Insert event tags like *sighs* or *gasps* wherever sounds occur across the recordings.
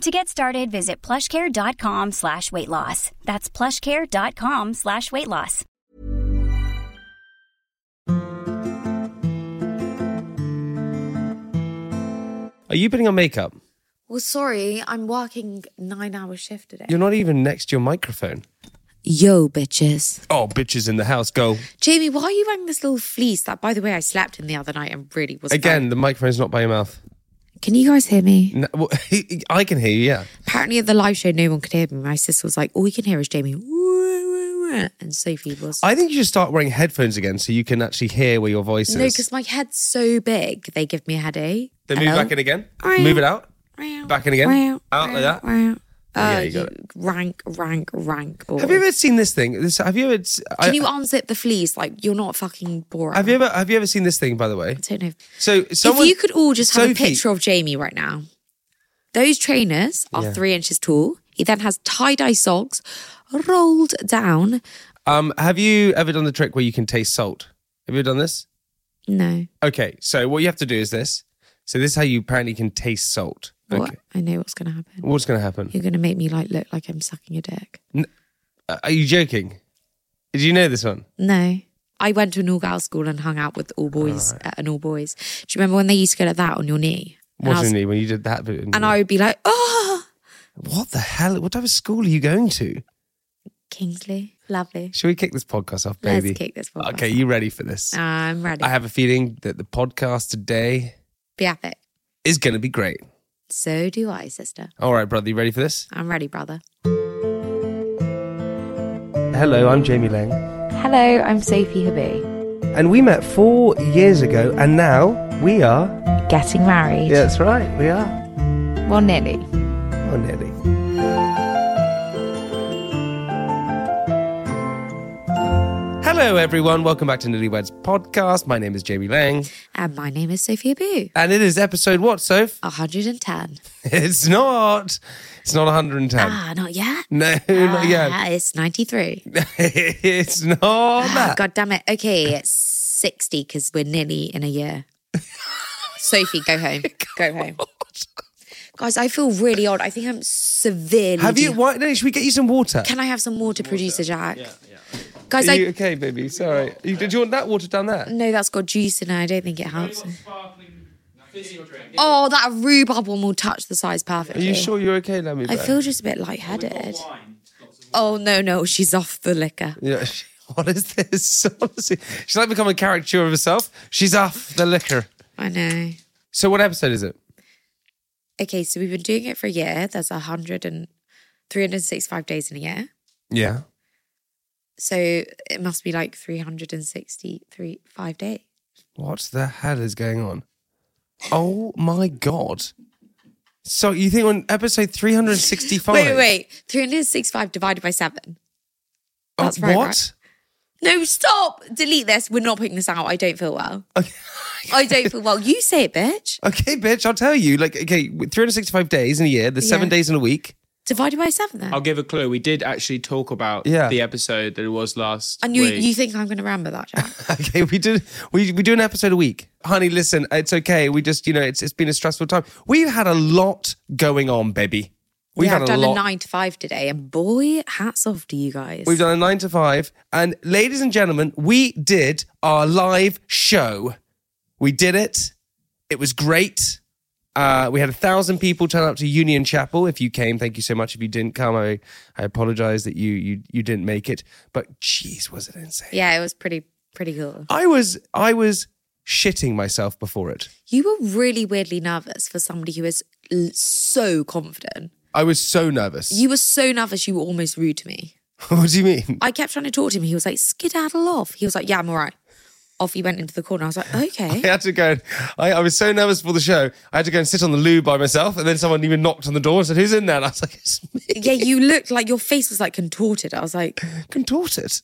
To get started, visit plushcare.com slash weight loss. That's plushcare.com slash weight loss. Are you putting on makeup? Well, sorry, I'm working nine hour shift today. You're not even next to your microphone. Yo, bitches. Oh, bitches in the house, go. Jamie, why are you wearing this little fleece that, by the way, I slept in the other night and really was Again, the microphone's not by your mouth. Can you guys hear me? No, well, *laughs* I can hear you, yeah. Apparently, at the live show, no one could hear me. My sister was like, all we can hear is Jamie. And Sophie was. I think you should start wearing headphones again so you can actually hear where your voice no, is. because my head's so big, they give me a headache. Then move back in again. Move it out. Back in again. Out like that. Oh, Yeah, you got rank, rank, rank. Have you ever seen this thing? This, have you ever? I- Can you unzip the fleece? Like, you're not fucking boring. have you ever? Have you ever seen this thing? By the way, I don't know. so someone. if you could all just have a Sophie- picture of Jamie right now. Those trainers are three inches tall. He then has tie dye socks rolled down. Um, have you ever done the trick where you can taste salt? Have you ever done this? No, Okay, so what you have to do is this. So this is how you apparently can taste salt. Okay. what? I know what's going to happen. What's going to happen? You're going to make me like look like I'm sucking a dick. Uh, Are you joking? Did you know this one? No. I went to an all girls school and hung out with all boys at an all boys. Do you remember when they used to go like that on your knee? And, I, Wasn't was- it when you did that? Bit, and I would be like, oh, what the hell? What type of school are you going to? Kingsley, lovely. Should we kick this podcast off, baby? Let's kick this one. Okay, you ready for this? I'm ready. I have a feeling that the podcast today be epic. is going to be great. So do I, sister. All right, brother, you ready for this? I'm ready, brother. Hello, I'm Jamie Lang. Hello, I'm Sophie Habee. And we met four years ago, and now we are. Getting married. that's right, we are. Well, nearly. Oh, nearly. Hello, everyone. Welcome back to Nitty Wed's podcast. My name is Jamie Lang, And my name is Sophia Boo. and it is episode what, Soph? *laughs* 110. It's not. It's not 110. Ah, not yet. No, not yet. *laughs* Ah, it's 93. it's not Ah, that. God damn it. Okay, it's 60 because we're nearly in a *laughs* year. Sophie, go home. Go home. Guys, I feel really old. I think I'm severely. Have you? dehy- Why, no, should we get you some water? Can I have some water, producer Jack? Are Guys, you I. okay, baby? Sorry. You, did you want that water down there? No, that's got juice in it. I don't think it helps. Oh, that rhubarb one will touch the size Are perfectly. you sure you're okay, Lemmy? I bear? feel just a bit lightheaded. Oh, no, no. She's off the liquor. Yeah. *laughs* she- What is this? *laughs* Honestly, she's like become a caricature of herself. She's off the liquor. I know. So, what episode is it? okay, so we've been doing it for a year. There's 100 and 365 days in a year. Yeah. So it must be like 363 five days. What the hell is going on? Oh my god! So you think on episode three hundred sixty-five? Wait, wait, wait. 365 divided by seven. That's right, Uh, what? right? No, stop. Delete this. We're not putting this out. I don't feel well. I don't feel well. You say it, bitch. Okay, bitch. I'll tell you. Like, okay, three hundred sixty-five days in a year. There's seven Yeah. days in a week. *laughs* Divided by seven then. Oh, I'll give a clue. We did actually talk about Yeah. the episode that it was last and you, week. you think I'm going to remember that, Jack? Okay, we do we, we do an episode a week. Honey, listen, it's okay. We just, you know, it's it's been a stressful time. We've had a lot going on, baby. *laughs* We've yeah, had I've a done lot. a nine to five today. And boy, hats off to you guys. We've done a nine to five. And ladies and gentlemen, we did our live show. We did it. It was great. Uh, we had a thousand people turn up to Union Chapel. If you came, thank you so much. If you didn't come, I, I apologize that you you you didn't make it. But jeez, was it insane? yeah, it was pretty, pretty cool. I was I was shitting myself before it. You were really weirdly nervous for somebody who is l- so confident. I was so nervous. You were so nervous, you were almost rude to me. *laughs* what do you mean? I kept trying to talk to him. He was like, skedaddle off. He was like, yeah, I'm all right. Off he went into the corner. I was like, I *laughs* okay. had to go. I, I was so nervous for the show. I had to go and sit on the loo by myself. And then someone even knocked on the door and said, "Who's in there?" And I was like, "It's me." *laughs* yeah, you looked like your face was like contorted. I was like, Contorted.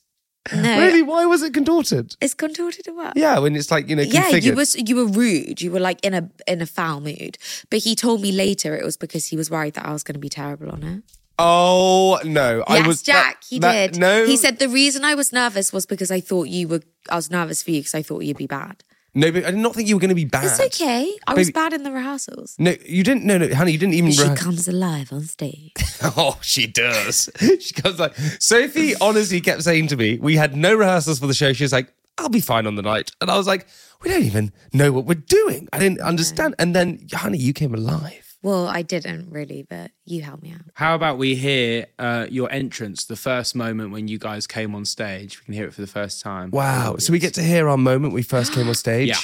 No, Really? Why was it contorted? it's contorted or what? Yeah, when it's like, you know, Yeah, configured. you was you were rude. You were like in a in a foul mood. But he told me later it was because he was worried that I was going to be terrible on it. Oh, no. yes, I was, that- Jack. he that- did. No. he said the reason I was nervous was because I thought you were. I was nervous for you because I thought you'd be bad. No, but I did not think you were going to be bad. It's okay. I was Baby- bad in the rehearsals. No, you didn't. No, no, honey, you didn't even. She rehe- comes alive on stage. *laughs* oh, she does. *laughs* she comes like Sophie. Honestly, kept saying to me, we had no rehearsals for the show. She was like, "I'll be fine on the night," and I was like, "We don't even know what we're doing. I didn't understand." And then, honey, you came alive. well, I didn't really, but you helped me out. How about we hear uh, your entrance, the first moment when you guys came on stage? We can hear it for the first time. Wow. So we get to hear our moment we first *gasps* came on stage. Yeah.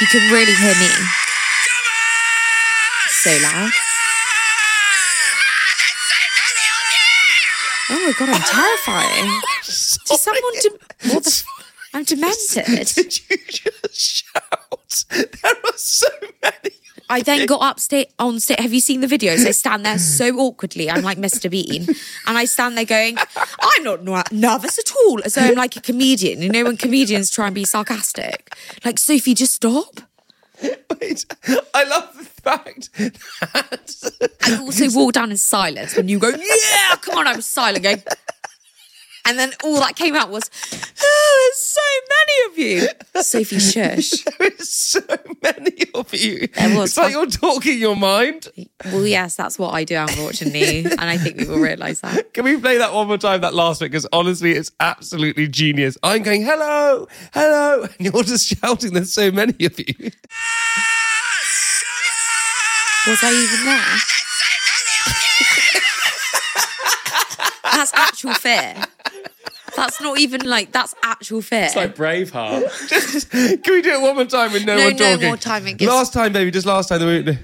You can really hear me. So loud. Oh my god, I'm terrifying. Did someone de- what the f- *laughs* I'm demented. Did you just shout? There are so many. I then got up sta- on stage. Have you seen the videos? I stand there so awkwardly. I'm like Mr. Bean. And I stand there going, I'm not ner- nervous at all. As though I'm like a comedian. You know, when comedians try and be sarcastic, like, Sophie, just stop. Wait, I love the fact that I also walked down in silence when you go, yeah, come on, I was silent going. And then all that came out was, oh, there's so many of you. Sophie, shush. *laughs* there is so many of you. There was It's like you're talking your mind. Well, yes, that's what I do, unfortunately. And I think we will realise that. Can we play that one more time, that last bit? Because honestly, it's absolutely genius. I'm going, hello, hello. *laughs* And you're just shouting, there's so many of you. Was I even there? *laughs* That's actual fear. That's not even like, that's actual fear. It's *laughs* like Braveheart. Just- *laughs* can we do it one more time with no, No, one no talking? more time, it gives- Last time, baby, just last time. then we-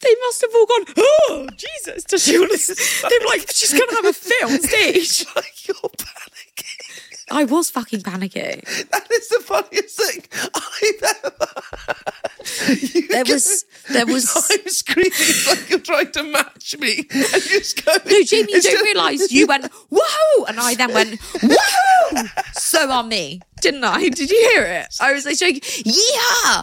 they must have all gone, oh, Jesus, does she want to? They're like, she's going to have a fit on stage. *laughs* like you're panicking. I was fucking panicking. That is the funniest thing I've ever. You There go- was- there was- *laughs* I'm screaming it's like you're trying to match me, and you just go. No, Jamie, you don't realise you went, whoa! And I then went, whoa! So on me, didn't I? Did you hear it? I was like, showing, yeah!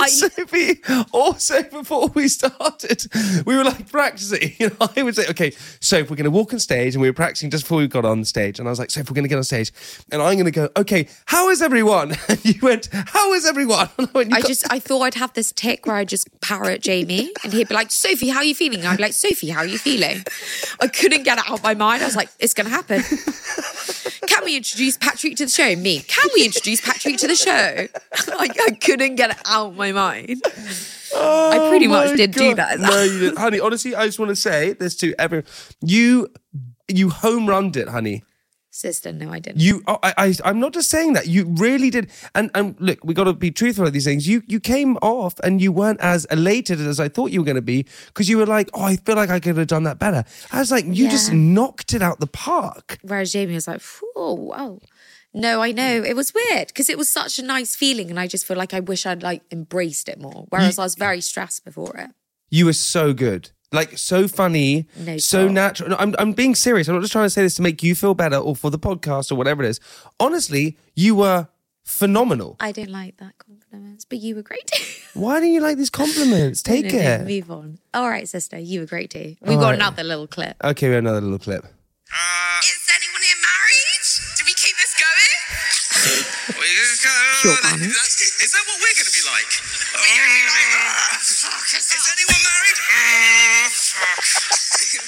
I, Sophie, also before we started, we were like practicing. *laughs* You know, I would say, okay, so if we're going to walk on stage, and we were practicing just before we got on stage, and I was like, so if we're going to get on stage, and I'm going to go, okay, how is everyone? *laughs* And you went, how is everyone? *laughs* And I went, "You I got- just, I thought I'd have this tick where I just parrot Jamie and he'd be like, Sophie, how are you feeling? And I'd be like, Sophie, how are you feeling? I couldn't get it out of my mind. I was like, it's going to happen. Can we introduce Patrick to the show? Me. Can we introduce Patrick to the show? *laughs* I, I couldn't get it out of my mind. I pretty Oh much my did do God. that. *laughs* No, you didn't. honey. Honestly, I just want to say this to everyone: you, you home runned it, honey. Sister, no, I didn't. You, oh, I, I, I'm not just saying that. You really did. And and look, we got to be truthful about these things. You you came off and you weren't as elated as I thought you were going to be because you were like, oh, I feel like I could have done that better. I was like, you just Yeah. knocked it out the park. Whereas Jamie was like, oh, wow. No, I know. It was weird because it was such a nice feeling. And I just feel like I wish I'd like embraced it more. Whereas I was very stressed before it. You were so good. Like so funny, No, so stop. natural. No, I'm I'm being serious. I'm not just trying to say this to make you feel better or for the podcast or whatever it is. Honestly, you were phenomenal. I didn't like that compliments, but you were great *laughs* too. Why don't you like these compliments? Take *laughs* No, no, it. move on. All right, sister, you were great too. We've got another little clip. okay, we have another *laughs* little clip. Uh, Is anyone here married? Do we keep this *laughs* going? Wait, this is kind of- Sure, that- Barney. that- is that what we're going to be like? Uh, We're gonna be like, "Ah, fuck, it's Is not-" anyone married? Ah, *laughs* fuck.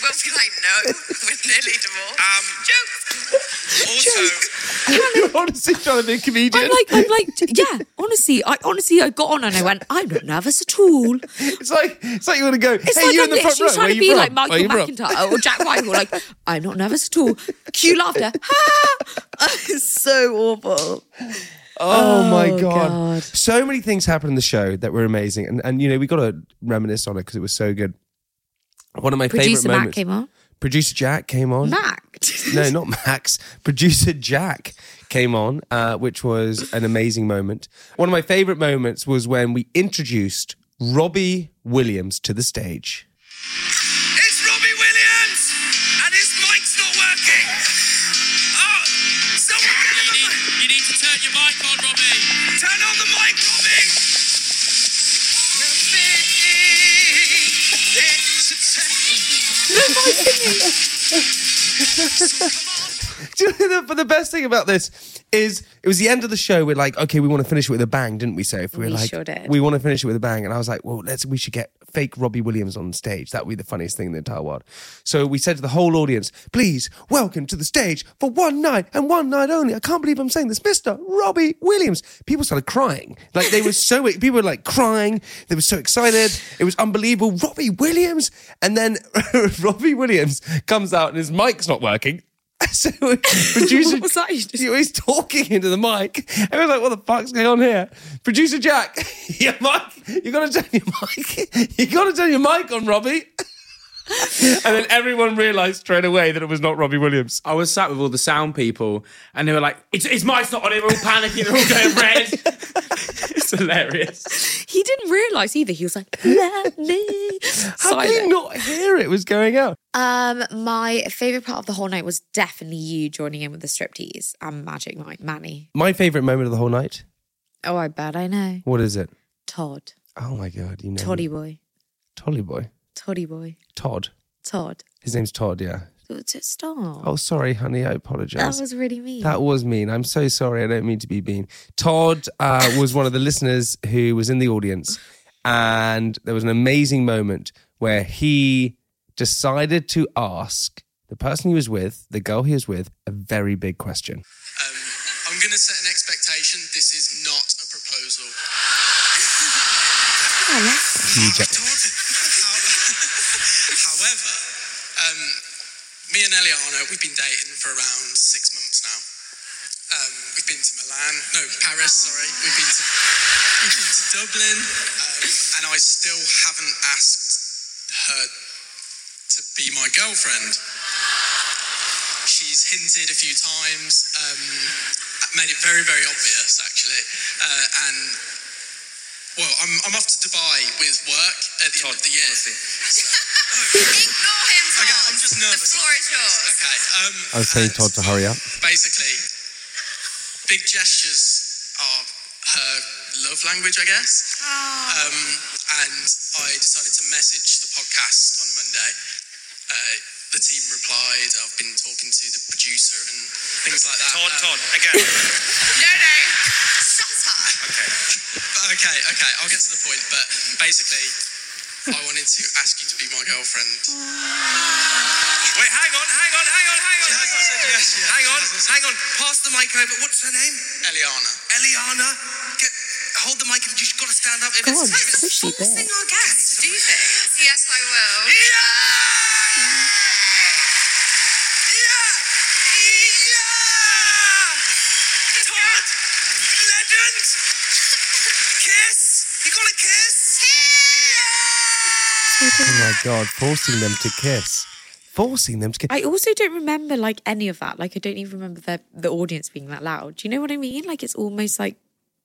We'll be like, no, *laughs* we're nearly divorced. Um, Joke. also, You're honestly trying to be a comedian. I'm like, I'm like, yeah, honestly, I honestly, I got on and I went, I'm not nervous at all. it's like it's like you want to go. It's hey, like you I'm in the front literally row. Where trying to you be from? like Where Michael you from?" McIntyre or Jack Whitehall. Like, I'm not nervous at all. Cue *laughs* laughter. it's so awful. Oh, my god. God. So many things happened in the show that were amazing, and and you know we got to reminisce on it because it was so good. One of my Producer favorite Matt moments. came on. Producer Jack came on. Mac. no, not Max. Producer Jack came on, uh, which was an amazing moment. One of my favorite moments was when we introduced Robbie Williams to the stage. *laughs* It's Robbie Williams! And his mic's not working! Oh! Someone get him a mic! You need to turn your mic on, Robbie! Turn on the mic, Robbie! *laughs* Do you know, but the best thing about this is it was the end of the show. We're like, okay, we want to finish it with a bang, didn't we, Soph? We, were We like, sure did. we want to finish it with a bang. And I was like, well, let's we should get fake Robbie Williams on stage. That would be the funniest thing in the entire world. So we said to the whole audience, please welcome to the stage for one night and one night only. I can't believe I'm saying this, Mr. Robbie Williams. People started crying. Like they were so *laughs* people were like crying. They were so excited. It was unbelievable. Robbie Williams. And then *laughs* Robbie Williams comes out and his mic's not working. *laughs* So *laughs* producer What was that you just- he was talking into the mic. I was like, what the fuck's going on here? Producer Jack, *laughs* your mic, you gotta turn your mic, you gotta turn your mic on, Robbie. and then everyone realized straight away that it was not Robbie Williams. *laughs* I was sat with all the sound people, and they were like, "It's, it's mic's not on it." We're all panicking. They're all going red. *laughs* it's hilarious. He didn't realise either. He was like, let me. *laughs* How did you Silent. not hear it was going out? Um, my favourite part of the whole night was definitely you joining in with the striptease and Magic Mike Manny. My favorite moment of the whole night, Oh, I bet I know. what is it? Todd. Oh my God, you know. Toddy boy. Toddy boy. Toddy boy. Todd. Todd. His name's Todd, yeah. Stop. Oh, sorry, honey, I that apologize. was really mean. That was mean. I'm so sorry. I don't mean to be mean. Todd uh, was one of the listeners who was in the audience, and there was an amazing moment where he decided to ask the person he was with, the girl he was with, a very big question. Um, I'm going to set an expectation. This is not a proposal. However, um, me and Eliana, we've been dating for around six months now. Um, we've been to Milan, no, Paris, sorry. We've been to, we've been to Dublin, um, and I still haven't asked her to be my girlfriend. She's hinted a few times, um, made it very, very obvious, actually. Uh, and, well, I'm, I'm off to Dubai with work at the end of the year. *laughs* Ignore him, Todd. Okay, I'm just nervous. The floor is yours. Okay. Um, I was telling and Todd to hurry up. Basically, big gestures are her love language, I guess. Um, and I decided to message the podcast on Monday. Uh, the team replied. I've been talking to the producer and things like that. Todd, Um, Todd, again. No, no. Shut up. Okay, okay, I'll get to the point. But basically, I wanted to ask you to be my girlfriend. Wait, hang on, hang on, hang on, hang on, She hang hasn't on. said yes yet. Hang She on, hasn't said- hang on. Pass the mic over. What's her name? Eliana. Eliana. Get hold the mic. You've got to stand up. If God, it's, if it's pushy bit. forcing our guests to do things. Yes, I will. Yeah! Yeah! Yeah! Todd! Legend! Kiss! You got a kiss? Yeah! Oh my God, forcing them to kiss. Forcing them to kiss. I also don't remember like any of that. Like I don't even remember the the audience being that loud. Do you know what I mean? Like it's almost like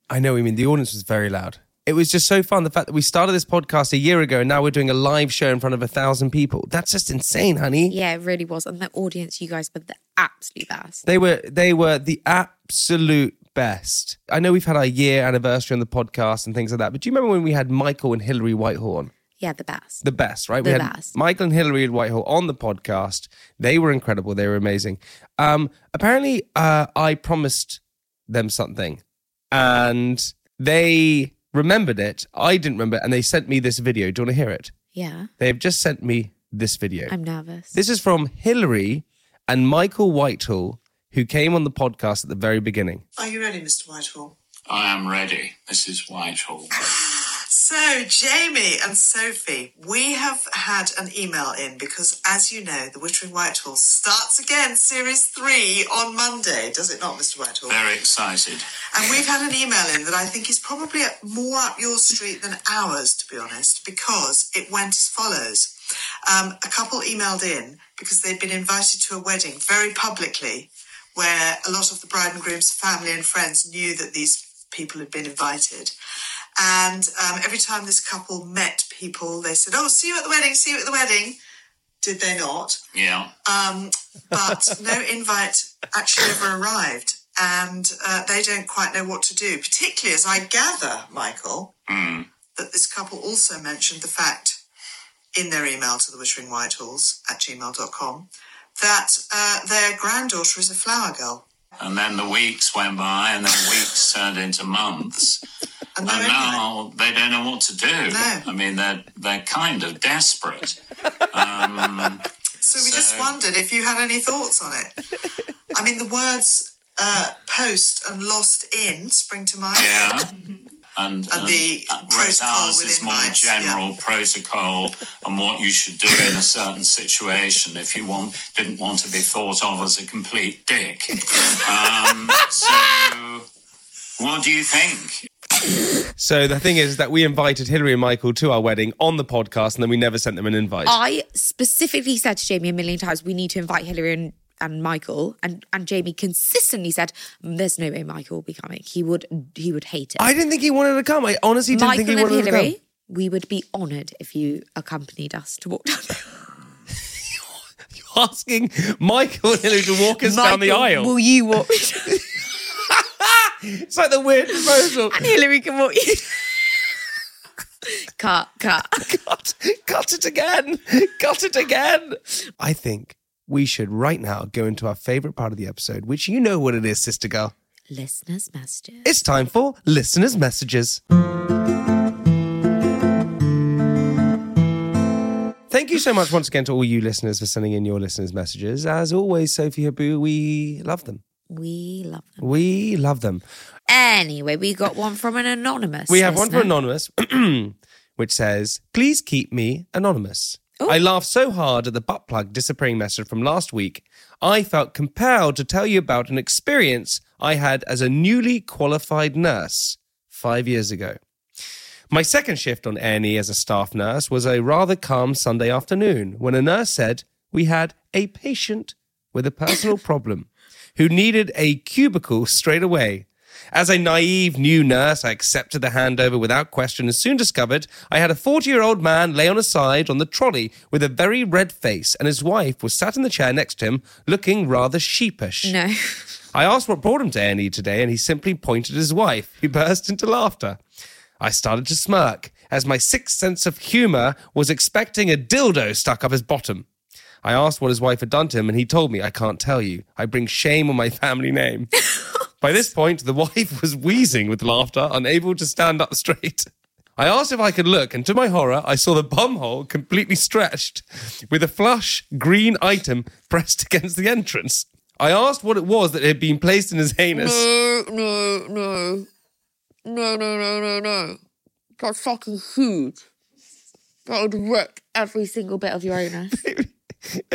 I know what you mean. The audience was very loud. It was just so fun. The fact that we started this podcast a year ago and now we're doing a live show in front of a thousand people. That's just insane, honey. yeah, it really was. And the audience, you guys were the absolute best. They were they were the absolute best. I know we've had our year anniversary on the podcast and things like that, but do you remember when we had Michael and Hillary Whitehall on? Yeah, the best. The best, right? we The had best. Michael and Hillary Whitehall on the podcast. They were incredible. They were amazing. Um, apparently, uh, I promised them something, and they remembered it. I didn't remember, and they sent me this video. Do you want to hear it? yeah, They have just sent me this video. I'm nervous. This is from Hillary and Michael Whitehall, who came on the podcast at the very beginning. Are you ready, Mr. Whitehall? I am ready, Mrs. Whitehall. So, Jamie and Sophie, we have had an email in because, as you know, The Witcher in Whitehall starts again, series three, on Monday, does it not, Mr. Whitehall? Very excited. And we've had an email in that I think is probably more up your street than ours, to be honest, because it went as follows. um, a couple emailed in because they'd been invited to a wedding very publicly where a lot of the bride and groom's family and friends knew that these people had been invited. And um, every time this couple met people, they said, Oh, see you at the wedding, see you at the wedding. Did they not? Yeah. Um, *laughs* but no invite actually ever arrived. And uh, they don't quite know what to do, particularly as I gather, Michael, Hmm. that this couple also mentioned the fact in their email to the Wishing Whitehalls at gmail.com that uh, their granddaughter is a flower girl. And then the weeks went by, and then weeks turned into months. And, they're now they don't know what to do. No. I mean, they're they're kind of desperate. Um, So we just So- wondered if you had any thoughts *laughs* on it. I mean, the words uh, post and lost in spring to mind. yeah. And, And the uh, whereas protocol ours is within more rights, yeah. general protocol and what you should do in a certain situation if you want didn't want to be thought of as a complete *laughs* dick. Um, so, what do you think? So the thing is that we invited Hillary and Michael to our wedding on the podcast, and then we never sent them an invite. I specifically said to Jamie a million times, we need to invite Hillary and, and Michael. And, and Jamie consistently said, there's no way Michael will be coming. He would he would hate it. I didn't think he wanted to come. I honestly didn't Michael think he and wanted Hillary, *laughs* to we would be honoured if you accompanied us to walk *laughs* down the aisle. come. Asking Michael and Hillary to walk us down the Michael, aisle. Will you walk? It's like the weird proposal. *laughs* *laughs* and Hillary can walk you. cut, cut. cut, cut it again. Cut it again. I think we should right now go into our favorite part of the episode, which you know what it is, sister girl. Listeners' messages. It's time for listeners' messages. Thank you so much once again to all you listeners for sending in your listeners' messages. As always, Sophie Habu, we love them. We love them. We love them. Anyway, we got one from an anonymous. We have one from listener. Anonymous, *clears throat* which says, Please keep me anonymous. I laughed so hard at the butt plug disappearing message from last week, I felt compelled to tell you about an experience I had as a newly qualified nurse five years ago. My second shift on A&E as a staff nurse was a rather calm Sunday afternoon when a nurse said we had a patient with a personal problem who needed a cubicle straight away. As a naive new nurse, I accepted the handover without question and soon discovered I had a 40 year old man lay on his side on the trolley with a very red face, and his wife was sat in the chair next to him looking rather sheepish. No. I asked what brought him to A&E today, and he simply pointed at his wife, who burst into laughter. I started to smirk, as my sixth sense of humour was expecting a dildo stuck up his bottom. I asked what his wife had done to him, and he told me, I can't tell you. I bring shame on my family name. By this point, the wife was wheezing with laughter, unable to stand up straight. I asked if I could look, and to my horror, I saw the bumhole completely stretched with a flush green item pressed against the entrance. I asked what it was that had been placed in his anus. No, no, no. No, no, no, no, no. That's fucking huge. That would wreck every single bit of your anus. *laughs*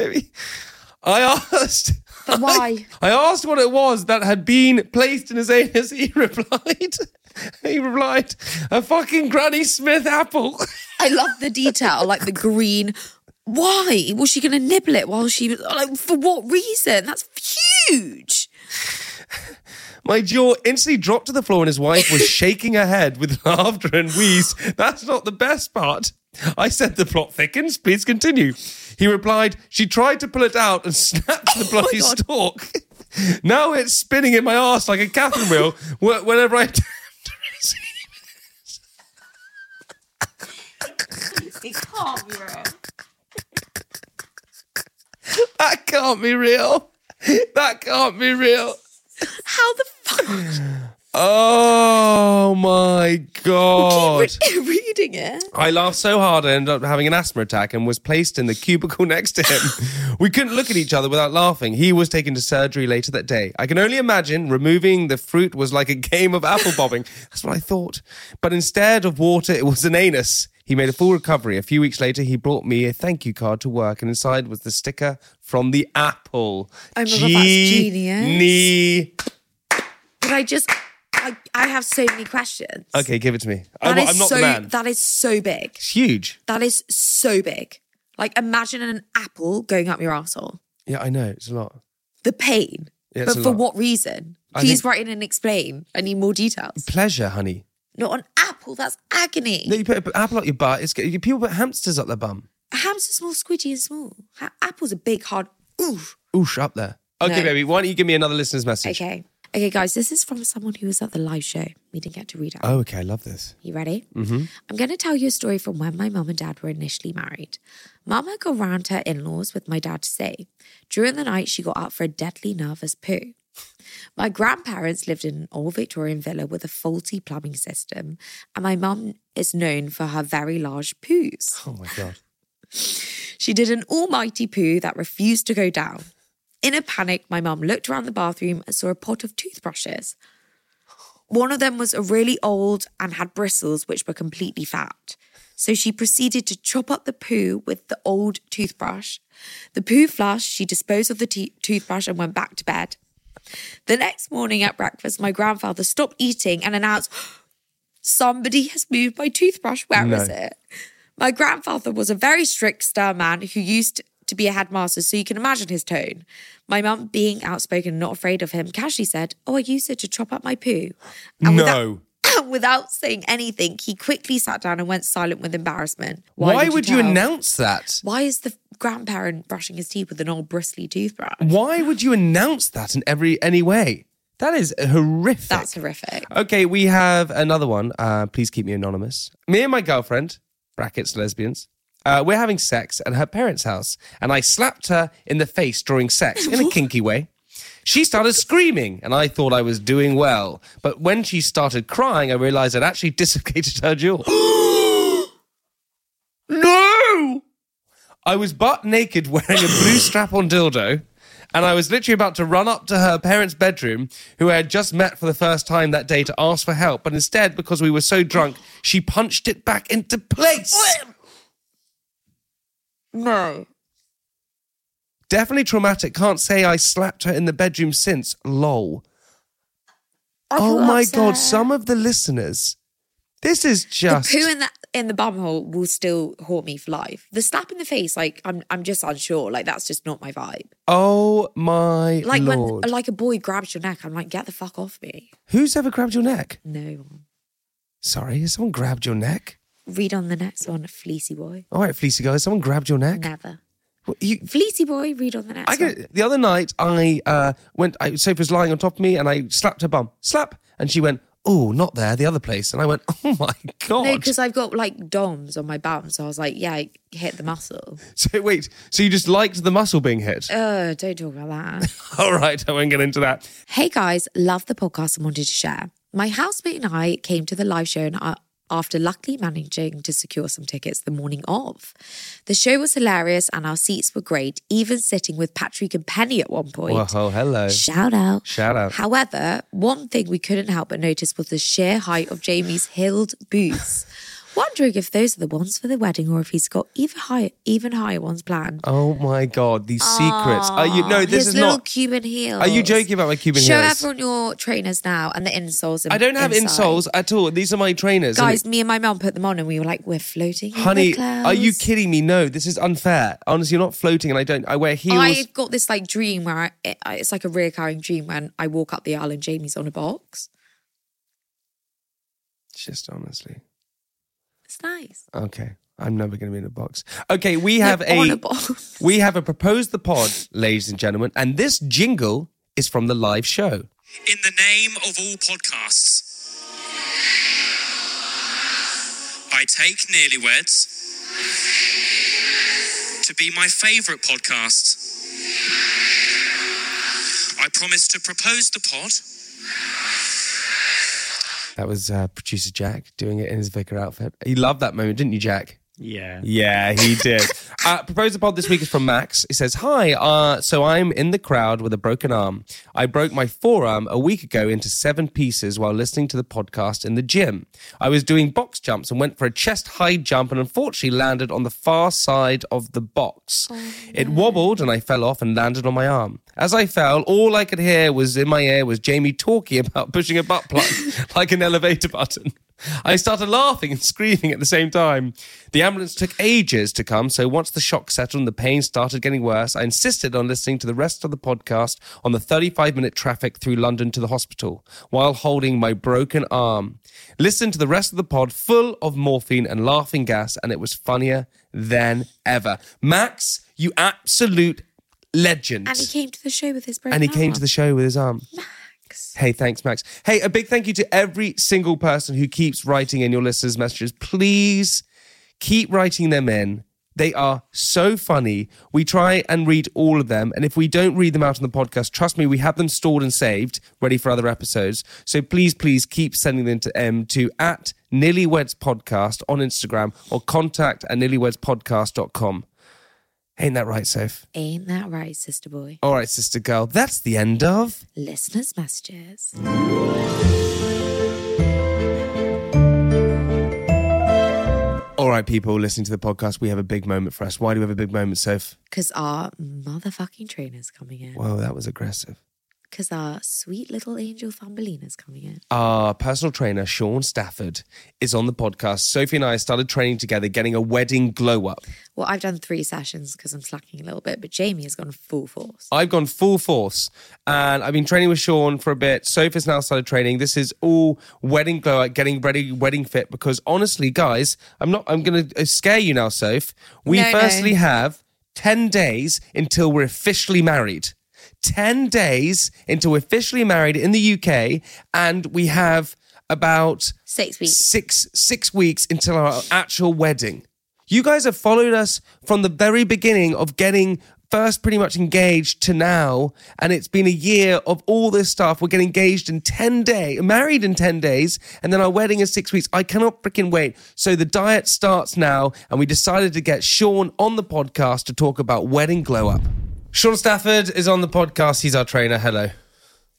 I asked. But *laughs* why? I asked what it was that had been placed in his anus. *laughs* He replied. He replied, a fucking Granny Smith apple. *laughs* I love the detail, like the green. Why was she going to nibble it while she was like? For what reason? That's huge. My jaw instantly dropped to the floor, and his wife was shaking her head with *laughs* laughter and wheeze. That's not the best part. I said, The plot thickens. Please continue. He replied, She tried to pull it out and *laughs* snapped the bloody God. stalk. Now it's spinning in my ass like a Catherine wheel wh- whenever I. *laughs* that can't be real. That can't be real. How the fuck? Oh my God. Keep re- *laughs* reading it. *laughs* I laughed so hard I ended up having an asthma attack and was placed in the cubicle *laughs* next to him. we couldn't look at each other without laughing. He was taken to surgery later that day. I can only imagine removing the fruit was like a game of apple *laughs* bobbing. That's what I thought. But instead of water, it was an anus. He made a full recovery. A few weeks later, he brought me a thank you card to work, and inside was the sticker from the apple. Oh my God, that's genius. Genie. But I just, I, I have so many questions. Okay, give it to me. That I'm, is I'm not so. the man. That is so big. It's huge. That is so big. Like imagine an apple going up your asshole. Yeah, I know. It's a lot. The pain. Yeah, it's but a for lot. what reason? I Please think- write in and explain. I need more details. Pleasure, honey. Not an apple. That's agony. No, you put an apple up your butt. It's, good. people put hamsters up their bum. A hamster's small, squidgy, and small. Ha- apple's a big, hard. Ooh. Oosh, up there. Okay, No. baby. Why don't you give me another listener's message? Okay. Okay, guys, this is from someone who was at the live show. We didn't get to read out. Oh, okay. I love this. You ready? Mm-hmm. I'm going to tell you a story from when my mum and dad were initially married. Mama got round her in laws with my dad to say. During the night, she got up for a deadly nervous poo. My grandparents lived in an old Victorian villa with a faulty plumbing system, and my mum is known for her very large poos. Oh my god. *laughs* She did an almighty poo that refused to go down. In a panic, my mum looked around the bathroom and saw a pot of toothbrushes. One of them was a really old and had bristles, which were completely fat. So she proceeded to chop up the poo with the old toothbrush. The poo flushed, she disposed of the te- toothbrush and went back to bed. The next morning at breakfast, my grandfather stopped eating and announced, Somebody has moved my toothbrush. Where is No. it? My grandfather was a very strict, stern man who used to be a headmaster, so you can imagine his tone. My mum, being outspoken and not afraid of him, casually said, Oh, I used it to chop up my poo. And without- *laughs* without saying anything, he quickly sat down and went silent with embarrassment. Why, would you, tell? announce that? Why is the grandparent brushing his teeth with an old bristly toothbrush? Why would you announce that in every any way? That is horrific. That's horrific. Okay, we have another one. Uh, please keep me anonymous. Me and my girlfriend, brackets lesbians, uh, we're having sex at her parents' house, and I slapped her in the face during sex in a kinky way. She started screaming, and I thought I was doing well. But when she started crying, I realized I'd actually *laughs* dislocated her jaw. no! I was butt naked wearing a blue strap on dildo, and I was literally about to run up to her parents' bedroom, who I had just met for the first time that day, to ask for help. But instead, because we were so drunk, she punched it back into place. No. Definitely traumatic. Can't say I slapped her in the bedroom since. Lol. oh my God, some of the listeners. This is just. The poo in the in the bum hole will still haunt me for life. The slap in the face, like I'm I'm just unsure. Like that's just not my vibe. oh my Like Lord. when like a boy grabs your neck, I'm like, get the fuck off me. Who's ever grabbed your neck? No. Sorry, has someone grabbed your neck? Read on the next one, Fleecy Boy. All right, Fleecy guy, has someone grabbed your neck? Never. What, you, Fleecy Boy, read on the next I get, the other night, I uh, went. I, Sophie was lying on top of me, and I slapped her bum, slap, and she went, "Oh, not there, the other place." And I went, "Oh my one. god!" *laughs* No, because I've got like DOMs on my bum, so I was like, yeah, hit the muscle. so wait, so you just liked the muscle being hit? Uh, don't talk about that. *laughs* All right, I won't get into that. hey guys, love the podcast and wanted to share. My housemate and I came to the live show and uh, after luckily managing to secure some tickets the morning of. The show was hilarious and our seats were great, even sitting with Patrick and Penny at one point. Whoa, oh, hello! Shout out. Shout out! However, one thing we couldn't help but notice was the sheer height of Jamie's hilled boots. Wondering if those are the ones for the wedding or if he's got even higher, even higher ones planned. oh my god, these secrets. Are you? No, this His is little not. Cuban heels. Are you joking about my Cuban Show heels? everyone your trainers now and the insoles. in- I don't have inside. insoles at all. These are my trainers. And Guys, me and my mum put them on and we were like, we're floating. in the Honey, are you clouds. kidding me? No, this is unfair. Honestly, you're not floating, and I don't. I wear heels. I've got this like dream where I, it- I- it's like a reoccurring dream when I walk up the aisle and Jamie's on a box. Just honestly. It's nice. Okay. I'm never going to be in a box. Okay, we have on a, a box. we have a propose the pod, ladies and gentlemen, and this jingle is from the live show. In the name of all podcasts, I take Nearly Wed to be my favourite podcast. I promise to propose the pod. That was uh, producer Jack doing it in his vicar outfit. He loved that moment, didn't you, Jack? Yeah. Yeah, he did. uh, Propose the Pod this week is from Max. He says, Hi, uh, so I'm in the crowd with a broken arm. I broke my forearm a week ago into seven pieces while listening to the podcast in the gym. I was doing box jumps and went for a chest high jump and unfortunately landed on the far side of the box. it wobbled and I fell off and landed on my arm. As I fell, all *laughs* I could hear was in my ear was Jamie talking about pushing a butt plug like an elevator button. I started laughing and *laughs* screaming at the same time. The ambulance took ages to come, so once the shock settled and the pain started getting worse, I insisted on listening to the rest of the podcast on the 35 minute traffic through London to the hospital while holding my broken arm. Listened to the rest of the pod full of morphine and laughing gas, and it was funnier than ever. Max, you absolute legend. And he came to the show with his broken And he came to arm. the show with his arm. Max. Hey, thanks, Max. Hey, a big thank you to every single person who keeps writing in your listeners' messages. Please keep writing them in. They are so funny. We try and read all of them. And if we don't read them out on the podcast, trust me, we have them stored and saved, ready for other episodes. So please, please keep sending them to M to at Nillyweds Podcast on Instagram or contact at nillywedspodcast.com. Ain't that right, Soph? Ain't that right, sister boy? All right, sister girl, that's the end of. Listeners' messages. All right, people listening to the podcast, we have a big moment for us. Why do we have a big moment, Soph? Because our motherfucking trainer's coming in. Whoa, that was aggressive. Because our sweet little angel Thumbelina's coming in. Our personal trainer, Sean Stafford, is on the podcast. Sophie and I started training together, getting a wedding glow up. Well, I've done three sessions because I'm slacking a little bit, but Jamie has gone full force. I've gone full force and I've been training with Sean for a bit. Sophie's now started training. This is all wedding glow up, getting ready, wedding fit. Because honestly, guys, I'm not, I'm going to scare you now, Soph. We No, no. firstly have 10 days until we're officially married. 10 days until we're officially married in the UK. And we have about Six weeks. six six weeks until our actual wedding. You guys have followed us from the very beginning of getting first pretty much engaged to now, and it's been a year of all this stuff. We're getting engaged in ten day, married in ten days, and then our wedding is six weeks. I cannot freaking wait. So the diet starts now, and we decided to get Sean on the podcast to talk about wedding glow up. Sean Stafford is on the podcast. He's our trainer. Hello.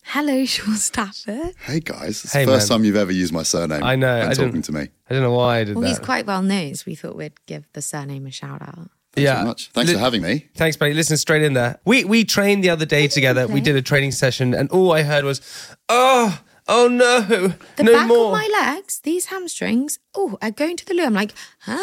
Hello, Sean Stafford. Hey guys, it's Hey, the first man. time you've ever used my surname. I know. And I talking didn't- to me. I don't know why I did Well, that. he's quite well known, so we thought we'd give the surname a shout out. Thanks Yeah. so much. Thanks Li- for having me. Thanks, buddy. Listen, straight in there. We we trained the other day together. We did a training session, and all I heard was, "Oh, oh no, The no back more." of my legs, these hamstrings, oh, are going to the loo. I'm like,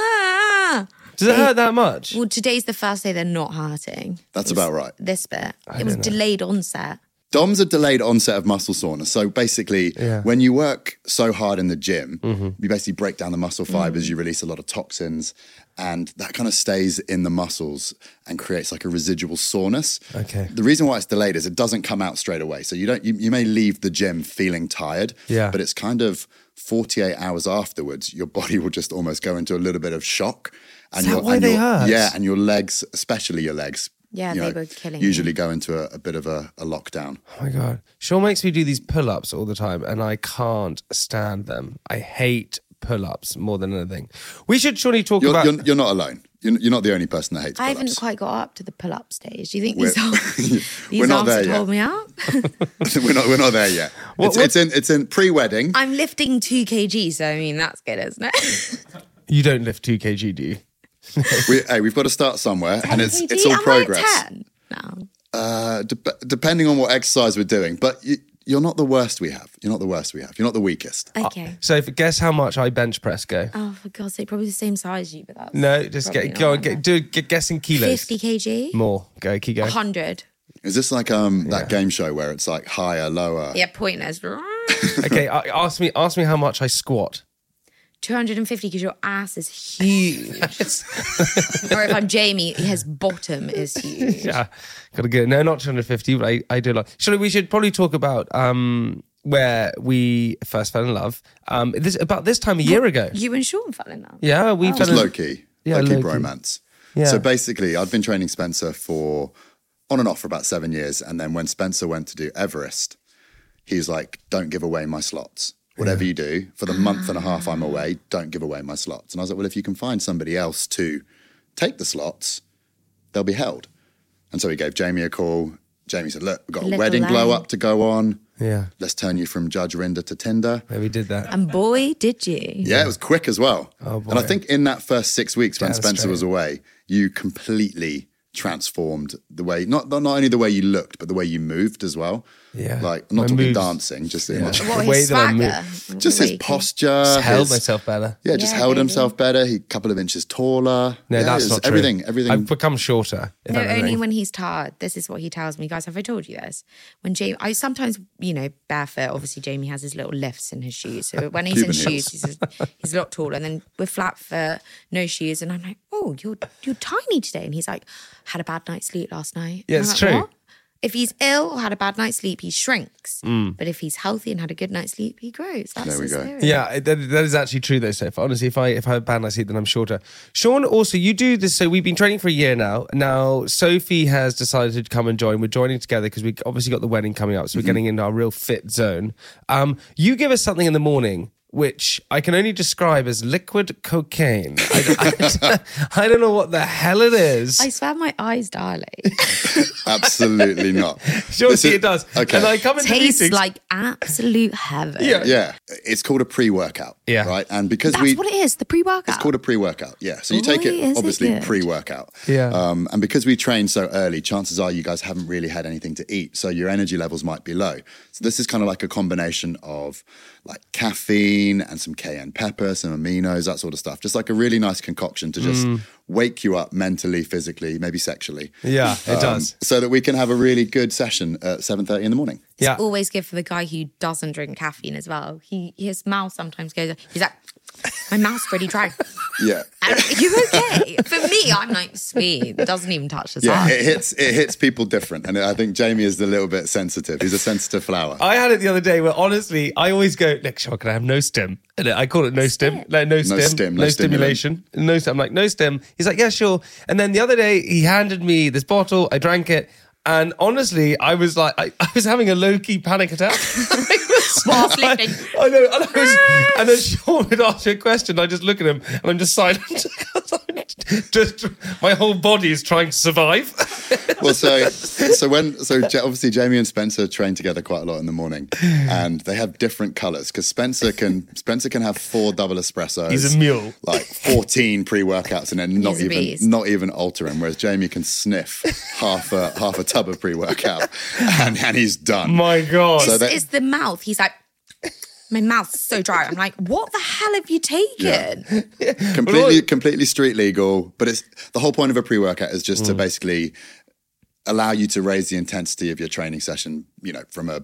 ah. Does it hurt that much? Well, today's the first day they're not hurting. That's It was about right. This bit. it was delayed onset. DOM's a delayed onset of muscle soreness. So basically, Yeah. Mm-hmm. when you work so hard in the gym, you basically break down the muscle fibers, Mm. you release a lot of toxins, and that kind of stays in the muscles and creates like a residual soreness. Okay. The reason why it's delayed is it doesn't come out straight away. So you don't you, you may leave the gym feeling tired, Yeah. but it's kind of 48 hours afterwards, your body will just almost go into a little bit of shock. And that your- why and they your- hurt? Yeah, and your legs, especially your legs. Yeah, you they were killing me. Usually go into a, a bit of a, a lockdown. Oh my god, Sean makes me do these pull-ups all the time, and I can't stand them. I hate pull-ups more than anything. We should surely talk You're, about. you're, you're not alone. You're, you're not the only person that hates I haven't pull-ups. quite got up to the pull up stage. Do you think We're- *laughs* these arms, we're these not arms there would yet. hold me up? *laughs* *laughs* we're not. We're not there yet. it's, what- it's in. It's in pre-wedding. I'm lifting 2 kg, so I mean, that's good, isn't it? you don't lift two kg, do you? we, hey, we've got to start somewhere, *laughs* and it's 10 it's all kg? Am I at progress. 10? No. Uh, dep depending on what exercise we're doing, but you, you're not the worst we have. You're not the worst we have. You're not the weakest. Okay. So, if, guess how much I bench press go? Oh, for God's sake, probably the same size as you, but that's. no, just probably get not go on, right get, do get guessing there. kilos. 50 kg? more. Go, keep going. 100. Is this like um that game show where it's like higher, lower? Yeah, *laughs* pointless. okay, uh, ask me ask me how much I squat. 250 because your ass *laughs* is huge. or if I'm Jamie, his bottom is *laughs* huge. *laughs* yeah, gotta go. No, not 250, but I, I do a lot. Surely we should probably talk about um where we first fell in love. Um, this about this time a year ago. You and Sean fell in love. Yeah, we Just fell in- low key. Yeah, low key low-key. bromance. Yeah. So basically, I'd been training Spencer for on and off for about seven years. And then when Spencer went to do Everest, he was like, don't give away my slots. Whatever you do, for the month and a half Ah. I'm away, don't give away my slots. And I was like, well, if you can find somebody else to take the slots, they'll be held. And so he gave Jamie a call. Jamie said, look, we've got a Little wedding lamb. glow up to go on. Yeah, Let's turn you from Judge Rinder to Tinder. yeah, we did that. And boy, did you. Yeah, it was quick as well. Oh, boy. And I think in that first six weeks when Devastating. Spencer was away, you completely transformed the way not not only the way you looked, but the way you moved as well. Yeah. like I'm not My talking moves- dancing, just the, Yeah. the What, The way his that I swagger? Mm, *laughs* moved. just The way his he- posture, Just held his- myself better. Yeah, just Yeah, held maybe. himself better. He a couple of inches taller. No, Yeah, it that's was not true. everything. Everything. I've become shorter. if No, anything. only when he's tired. This is what he tells me, guys. Have I told you this? When Jamie, I sometimes, you know, barefoot. Obviously, Jamie has his little lifts in his shoes. So when he's in Cuban shoes, heels. he's a, he's a lot taller. And then with flat foot, no shoes, and I'm like, oh, you're you're tiny today. And he's like, had a bad night's sleep last night. Yeah, And I'm it's like, true. "What?" If he's ill or had a bad night's sleep, he shrinks. Mm. But if he's healthy and had a good night's sleep, he grows. That's his theory. Yeah, it- that, that is actually true though, Soph. Honestly, if I if I have bad night's sleep, then I'm shorter. Sean, also, you do this. So we've been training for a year now. Now Sophie has decided to come and join. We're joining together because we obviously got the wedding coming up, so we're Mhm. getting into our real fit zone. Um, you give us something in the morning. Which I can only describe as liquid cocaine. I, I- *laughs* I don't know what the hell it is. I swear, my eyes dilate. *laughs* Absolutely not. Surely This is- it does. Okay. And I come into Tastes meetings- like absolute heaven. yeah. It's called a pre-workout. Yeah, right. And because That's we what it is. The pre-workout. It's called a pre-workout. Yeah. So you take Why is it it obviously good? pre-workout. Yeah. Um, and because we train so early, chances are you guys haven't really had anything to eat, so your energy levels might be low. So this is kind of like a combination of like caffeine and some cayenne pepper, some aminos, that sort of stuff. Just like a really nice concoction to just Mm. wake you up mentally, physically, maybe sexually. Yeah, it Um, does. So that we can have a really good session at seven thirty in the morning. Yeah. always good for the guy who doesn't drink caffeine as well. He his mouth sometimes goes. He's like, my mouth's *laughs* pretty dry. Yeah. And you okay? For me, I'm like, sweet. Doesn't even touch the Yeah, side. it hits it hits people different, and I think Jamie is a little bit sensitive. He's a sensitive flower. I had it the other day where honestly, I always go, look, Sean, can I have no stim? And I call it no stim. No, no stim. No, stim, no stimulation. No stim. I'm like, no stim. He's like, yeah, sure. And then the other day, he handed me this bottle. I drank it. And honestly, I was like, I, I was having a low key panic attack. *laughs* Whilst lifting. I know. And, I was, and then Sean would ask me a question. I just look at him and I'm just silent. *laughs* just my whole body is trying to survive. *laughs* *laughs* well, so so when so Ja- obviously Jamie and Spencer train together quite a lot in the morning, and they have different colours because Spencer can Spencer can have four double espressos. He's a mule. Like fourteen pre workouts and then not He's a beast. even not even altering. Whereas Jamie can sniff half a half a tub of pre workout, *laughs* and, and he's done. My God! It's, it's the mouth. He's like, my mouth's so dry. I'm like, what the hell have you taken? completely completely street legal but it's the whole point of a pre-workout is just to basically allow you to raise the intensity of your training session you know from a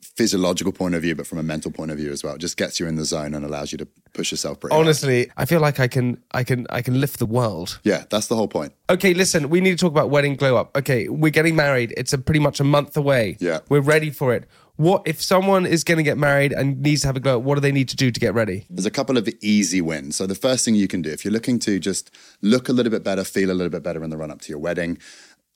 physiological point of view but from a mental point of view as well it just gets you in the zone and allows you to push yourself pretty hard. Honestly, I feel like I can, I can, I can lift the world. yeah that's the whole point Okay, listen, we need to talk about wedding glow up. Okay, we're getting married. It's a pretty much a month away. Yeah. We're ready for it. What if someone is going to get married and needs to have a glow up? What do they need to do to get ready? There's a couple of easy wins. So the first thing you can do if you're looking to just look a little bit better, feel a little bit better in the run up to your wedding,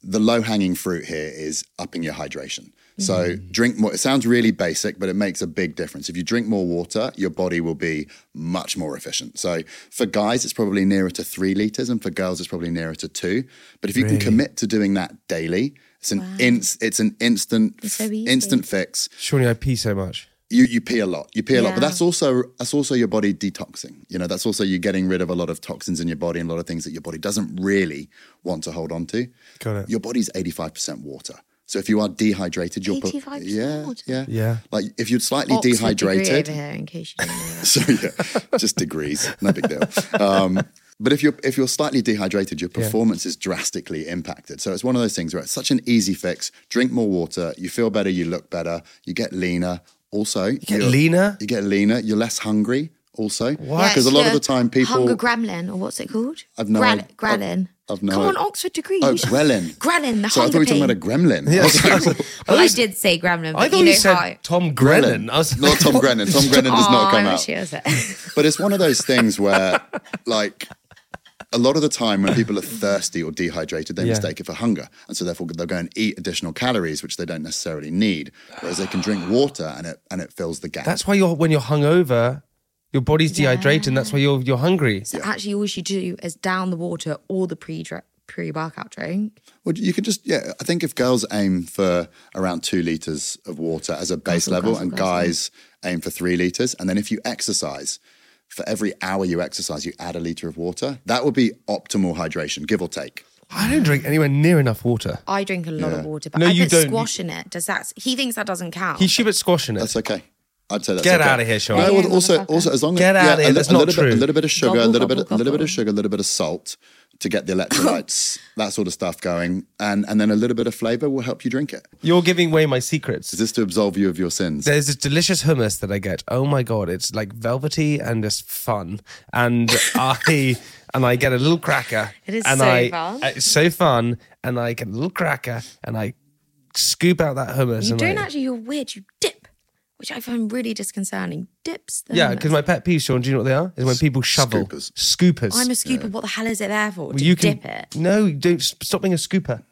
the low hanging fruit here is upping your hydration. So Mm. drink more. It sounds really basic, but it makes a big difference. If you drink more water, your body will be much more efficient. So for guys, it's probably nearer to three liters, and for girls, it's probably nearer to two. But if you Really? can commit to doing that daily, it's an ins- it's an instant It's so easy. instant fix Shawnee, I pee so much. you you pee a lot. You pee a lot, but Yeah. that's also that's also your body detoxing. You know, that's also you getting rid of a lot of toxins in your body and a lot of things that your body doesn't really want to hold on to. Got it. Your body's eighty five percent water. So if you are dehydrated, you're pro- 85% yeah, yeah, yeah. Like if you're slightly Oxford degree dehydrated, over here, in case you didn't know. *laughs* so yeah, just degrees, no big deal. Um, but if you're if you're slightly dehydrated, your Yeah. performance is drastically impacted. So it's one of those things where it's such an easy fix. Drink more water, you feel better, you look better, you get leaner. Also, you get leaner. You get leaner. You're less hungry. Also, Yeah, Because a lot of the the time people, hunger gremlin or what's it called? I've no Grel- idea. grelin. I've no. Come on, Oxford degree. Oh, you should- grelin. Grelin, the so I thought we hunger were talking pain. about a gremlin. I was like, Well, I did say gremlin, but I thought you know you said how I- Tom Grennan. I was Not *laughs* Tom Grennan. Tom Grennan does not Aw, come I out. wish it was it. But it's one of those things where, like, a lot of the time when people are thirsty or dehydrated, they Yeah. mistake it for hunger. And so therefore they'll go and eat additional calories, which they don't necessarily need. Whereas they can drink water and it and it fills the gap. That's why you're when you're hungover, your body's dehydrated. and That's why you're you're hungry. So actually, all you should do is down the water or the pre pre workout drink. well, you could just yeah, I think if girls aim for around two liters of water as a base Guzzle, level guzzle, and guzzle. guys aim for three liters, and then if you exercise for every hour you exercise, you add a liter of water. That would be optimal hydration, give or take. I don't drink anywhere near enough water. I drink a lot of Yeah. water, but No, I you put don't. squash in it. Does that? He thinks that doesn't count. He should put squash in it. That's okay. I'd say that's Get okay. out of here, Sean. No, well, also, also as long as Get yeah, out of a here. li- That's a not little true. Bit, a little bit of sugar, a Gobble, little bit, gobble, a little bit of sugar, a little bit of salt to get the electrolytes, that sort of stuff going, and and then a little bit of flavour will help you drink it. You're giving away my secrets. Is this to absolve you of your sins? There's this delicious hummus that I get. Oh my god, it's like velvety and just fun. *laughs* And I and I get a little cracker. It is and so I, uh, fun. It's so fun. And I get a little cracker and I scoop out that hummus. you and don't I, actually. You're weird. You dip, which I find really disconcerting. Dips. The Yeah, hummus. because my pet peeve, Sean, do you know what they are? Is when people shovel scoopers. scoopers. I'm a scooper. What the hell is it there for? Well, To you can- dip it. No, don't stop being a scooper.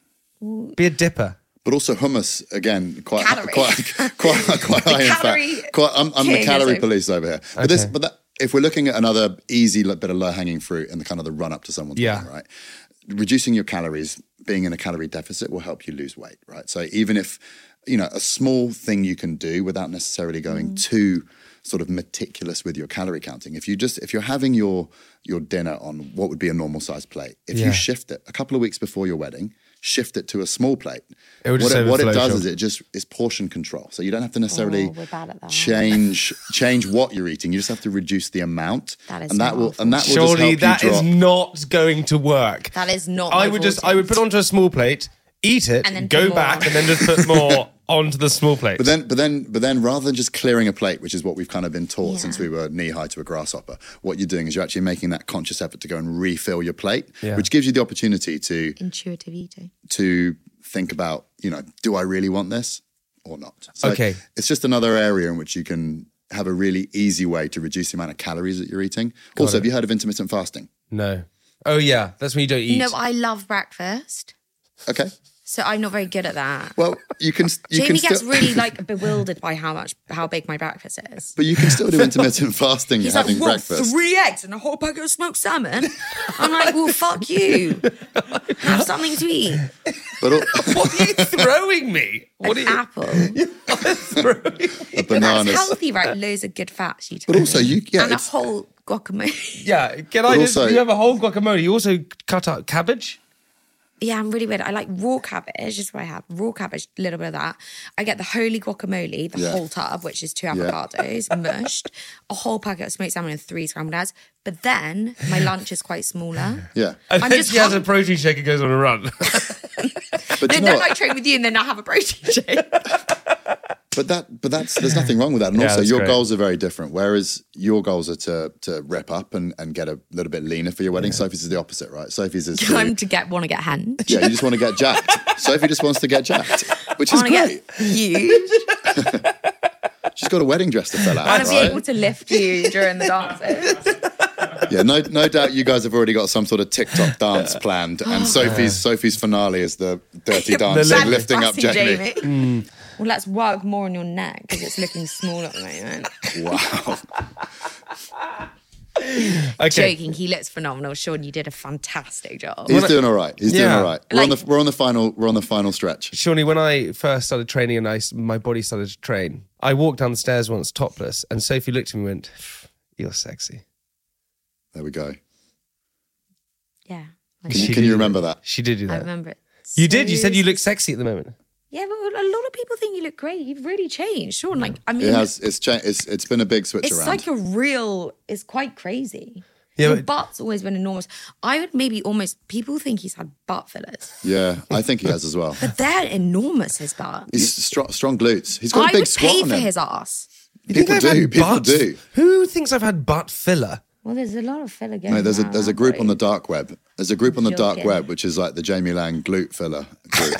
Be a dipper. But also hummus again, quite Calorie. quite *laughs* quite *laughs* quite high in calorie fat. Quite, I'm, I'm king the is calorie over. police over here. But this, but that, if we're looking at another easy li- bit of low hanging fruit and the kind of the run up to someone's Yeah. wedding, right? Reducing your calories, being in a calorie deficit, will help you lose weight, right? So even if you know a small thing you can do without necessarily going Mm. too sort of meticulous with your calorie counting. If you just if you're having your your dinner on what would be a normal sized plate, if Yeah. you shift it a couple of weeks before your wedding, shift it to a small plate. It would what, just it, what it overflow, does sure. is it just is portion control. So you don't have to necessarily Oh, we're bad at that. change change what you're eating. You just have to reduce the amount, That is and that will and that will just Surely help that you is drop. not going to work. That is not. I my would just forte. I would put onto a small plate, eat it, And then put go more back, on. and then just put *laughs* more onto the small plate. But then, but then, but then, rather than just clearing a plate, which is what we've kind of been taught since we were knee high to a grasshopper, what you're doing is you're actually making that conscious effort to go and refill your plate, Yeah. which gives you the opportunity to intuitive eating. to think about, you know, do I really want this or not? Okay. It's just another area in which you can have a really easy way to reduce the amount of calories that you're eating. Got also, it. have you heard of intermittent fasting? No. Oh yeah, that's when you don't eat. No, I love breakfast, Okay. so I'm not very good at that. Well, you can you Jamie can gets still, *laughs* really like bewildered by how much how big my breakfast is. *laughs* But you can still *laughs* do intermittent fasting He's like, having what, breakfast. three eggs and a whole packet of smoked salmon? I'm like, well, fuck you. Have something to eat. But *laughs* al- *laughs* what are you throwing me? What An apple. *laughs* a That's bananas. healthy, right? Loads of good fats. You But also you- yeah, and a it's- whole guacamole. *laughs* Yeah, can But I just? also- you have a whole guacamole. You also cut out cabbage. Yeah, I'm really weird. I like raw cabbage. Is what I have raw cabbage, a little bit of that. I get the holy guacamole, the Yeah. whole tub, which is two Yeah. avocados *laughs* mushed, a whole packet of smoked salmon, and three scrambled eggs. But then my lunch is quite smaller. Yeah, and I'm then just *laughs* she has a protein shake and goes on a run. *laughs* *laughs* But do you and know then what? I train with you, and then I have a protein shake. But that, but that's there's nothing wrong with that. And Yeah, also, that's your great. goals are very different. Whereas your goals are to to rep up and, and get a little bit leaner for your wedding. Sophie's is the opposite, right? Sophie's *laughs* is to- Time to get want to get hen. yeah, you just want to get jacked. Sophie just wants to get jacked, which I is want to great. get huge. *laughs* She's got a wedding dress to fill I out, want to be able right? to lift *laughs* you during the dances. *laughs* Yeah, no, no doubt you guys have already got some sort of TikTok dance planned, *gasps* and Sophie's Sophie's finale is the dirty dance, Bad lifting up fussy, Jamie. Mm. Well, let's work more on your neck because it's looking small at the *laughs* moment. Wow. Joking, he looks phenomenal. Sean, you did a fantastic job. He's doing all right. He's doing Yeah. all right. We're on the we're on the final we're on the final stretch. Shawnee, when I first started training and I, s- my body started to train, I walked down the stairs once topless, and Sophie looked at me and went, "You're sexy." There we go. Yeah. Can you, can you remember that? She did do I that. remember it. You did. You so said you look sexy at the moment. Yeah, but a lot of people think you look great. You've really changed, Sean. Like, I mean, It has. It's cha- It's it's been a big switch it's around. like a real. It's quite crazy. Yeah, Your but- butt's always been enormous. I would maybe almost people think he's had butt fillers, yeah, I think he has as well. but they're enormous. His butt. He's strong, strong glutes. He's got I a big would squat pay on for him. his ass. people do. People do. Who thinks I've had butt filler? Well, there's a lot of filler going. No, there's a around, there's a aren't group there? on the dark web. There's a group on the dark Joking. web which is like the Jamie Lang glute filler *laughs* group.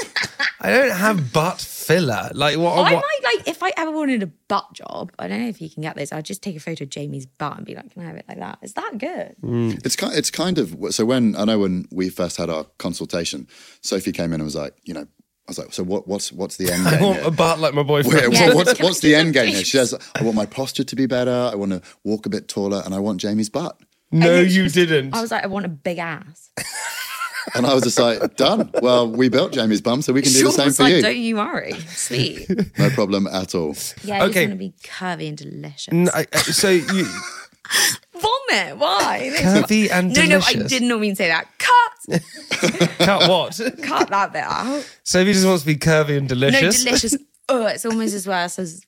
I don't have butt filler. Like oh, what? I what- might like if I ever wanted a butt job. I don't know if you can get this. I'd just take a photo of Jamie's butt and be like, "Can I have it like that? Is that good?" It's kind it's kind of so when I know when we first had our consultation, Sophie came in and was like, you know, I was like, so what what's what's the end game? I want here? a butt like my boyfriend. Wait, what- what's, what's the end game here? She says, I want my posture to be better. I want to walk a bit taller, and I want Jamie's butt. No, you didn't. I was like, "I want a big ass." And I was just like, done. Well, we built Jamie's bum, so we *laughs* can do Sean the same was for like, you. "Don't you worry, *laughs* sweet." No problem at all. Yeah, okay. Okay. going to be curvy and delicious. N- I- I- so you Vomit? Why? Curvy and no, No, *laughs* delicious. I did not mean say that. Cut. Cut *laughs* what? Cut that bit out. Sophie just wants to be curvy and delicious. No, *laughs* delicious. oh, it's almost as worse as.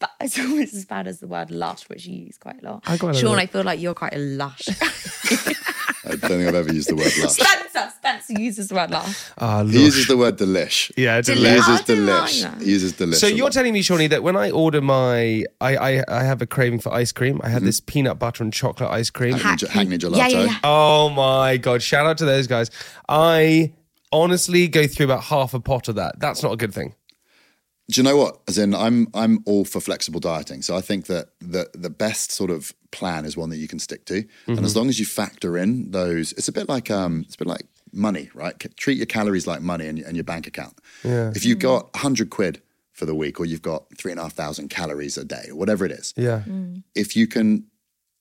ba- *laughs* It's almost as bad as the word lush, which you use quite a lot. I quite like Sean, that. I feel like you're quite a lush. *laughs* I don't think I've ever used the word lush. Spencer, Spencer uses the word lush. he uses the word delish. Ah, Yeah, He delish. uses I didn't like delish. that. He uses delish. So a you're lot. telling me, Shawnee, that when I order my, I I, I have a craving for ice cream. I had Mm-hmm. this peanut butter and chocolate ice cream, Hackney ge- Hackney gelato. Yeah, yeah, yeah. Oh my god! Shout out to those guys. I honestly go through about half a pot of that. That's not a good thing. do you know what? As in, I'm I'm all for flexible dieting. So I think that the the best sort of plan is one that you can stick to, and as Mhm. long as you factor in those, it's a bit like um, it's a bit like money, right? C- Treat your calories like money in, your- in your bank account. Yeah. If you've got hundred quid for the week, or you've got three and a half thousand calories a day, or whatever it is, Yeah. if you can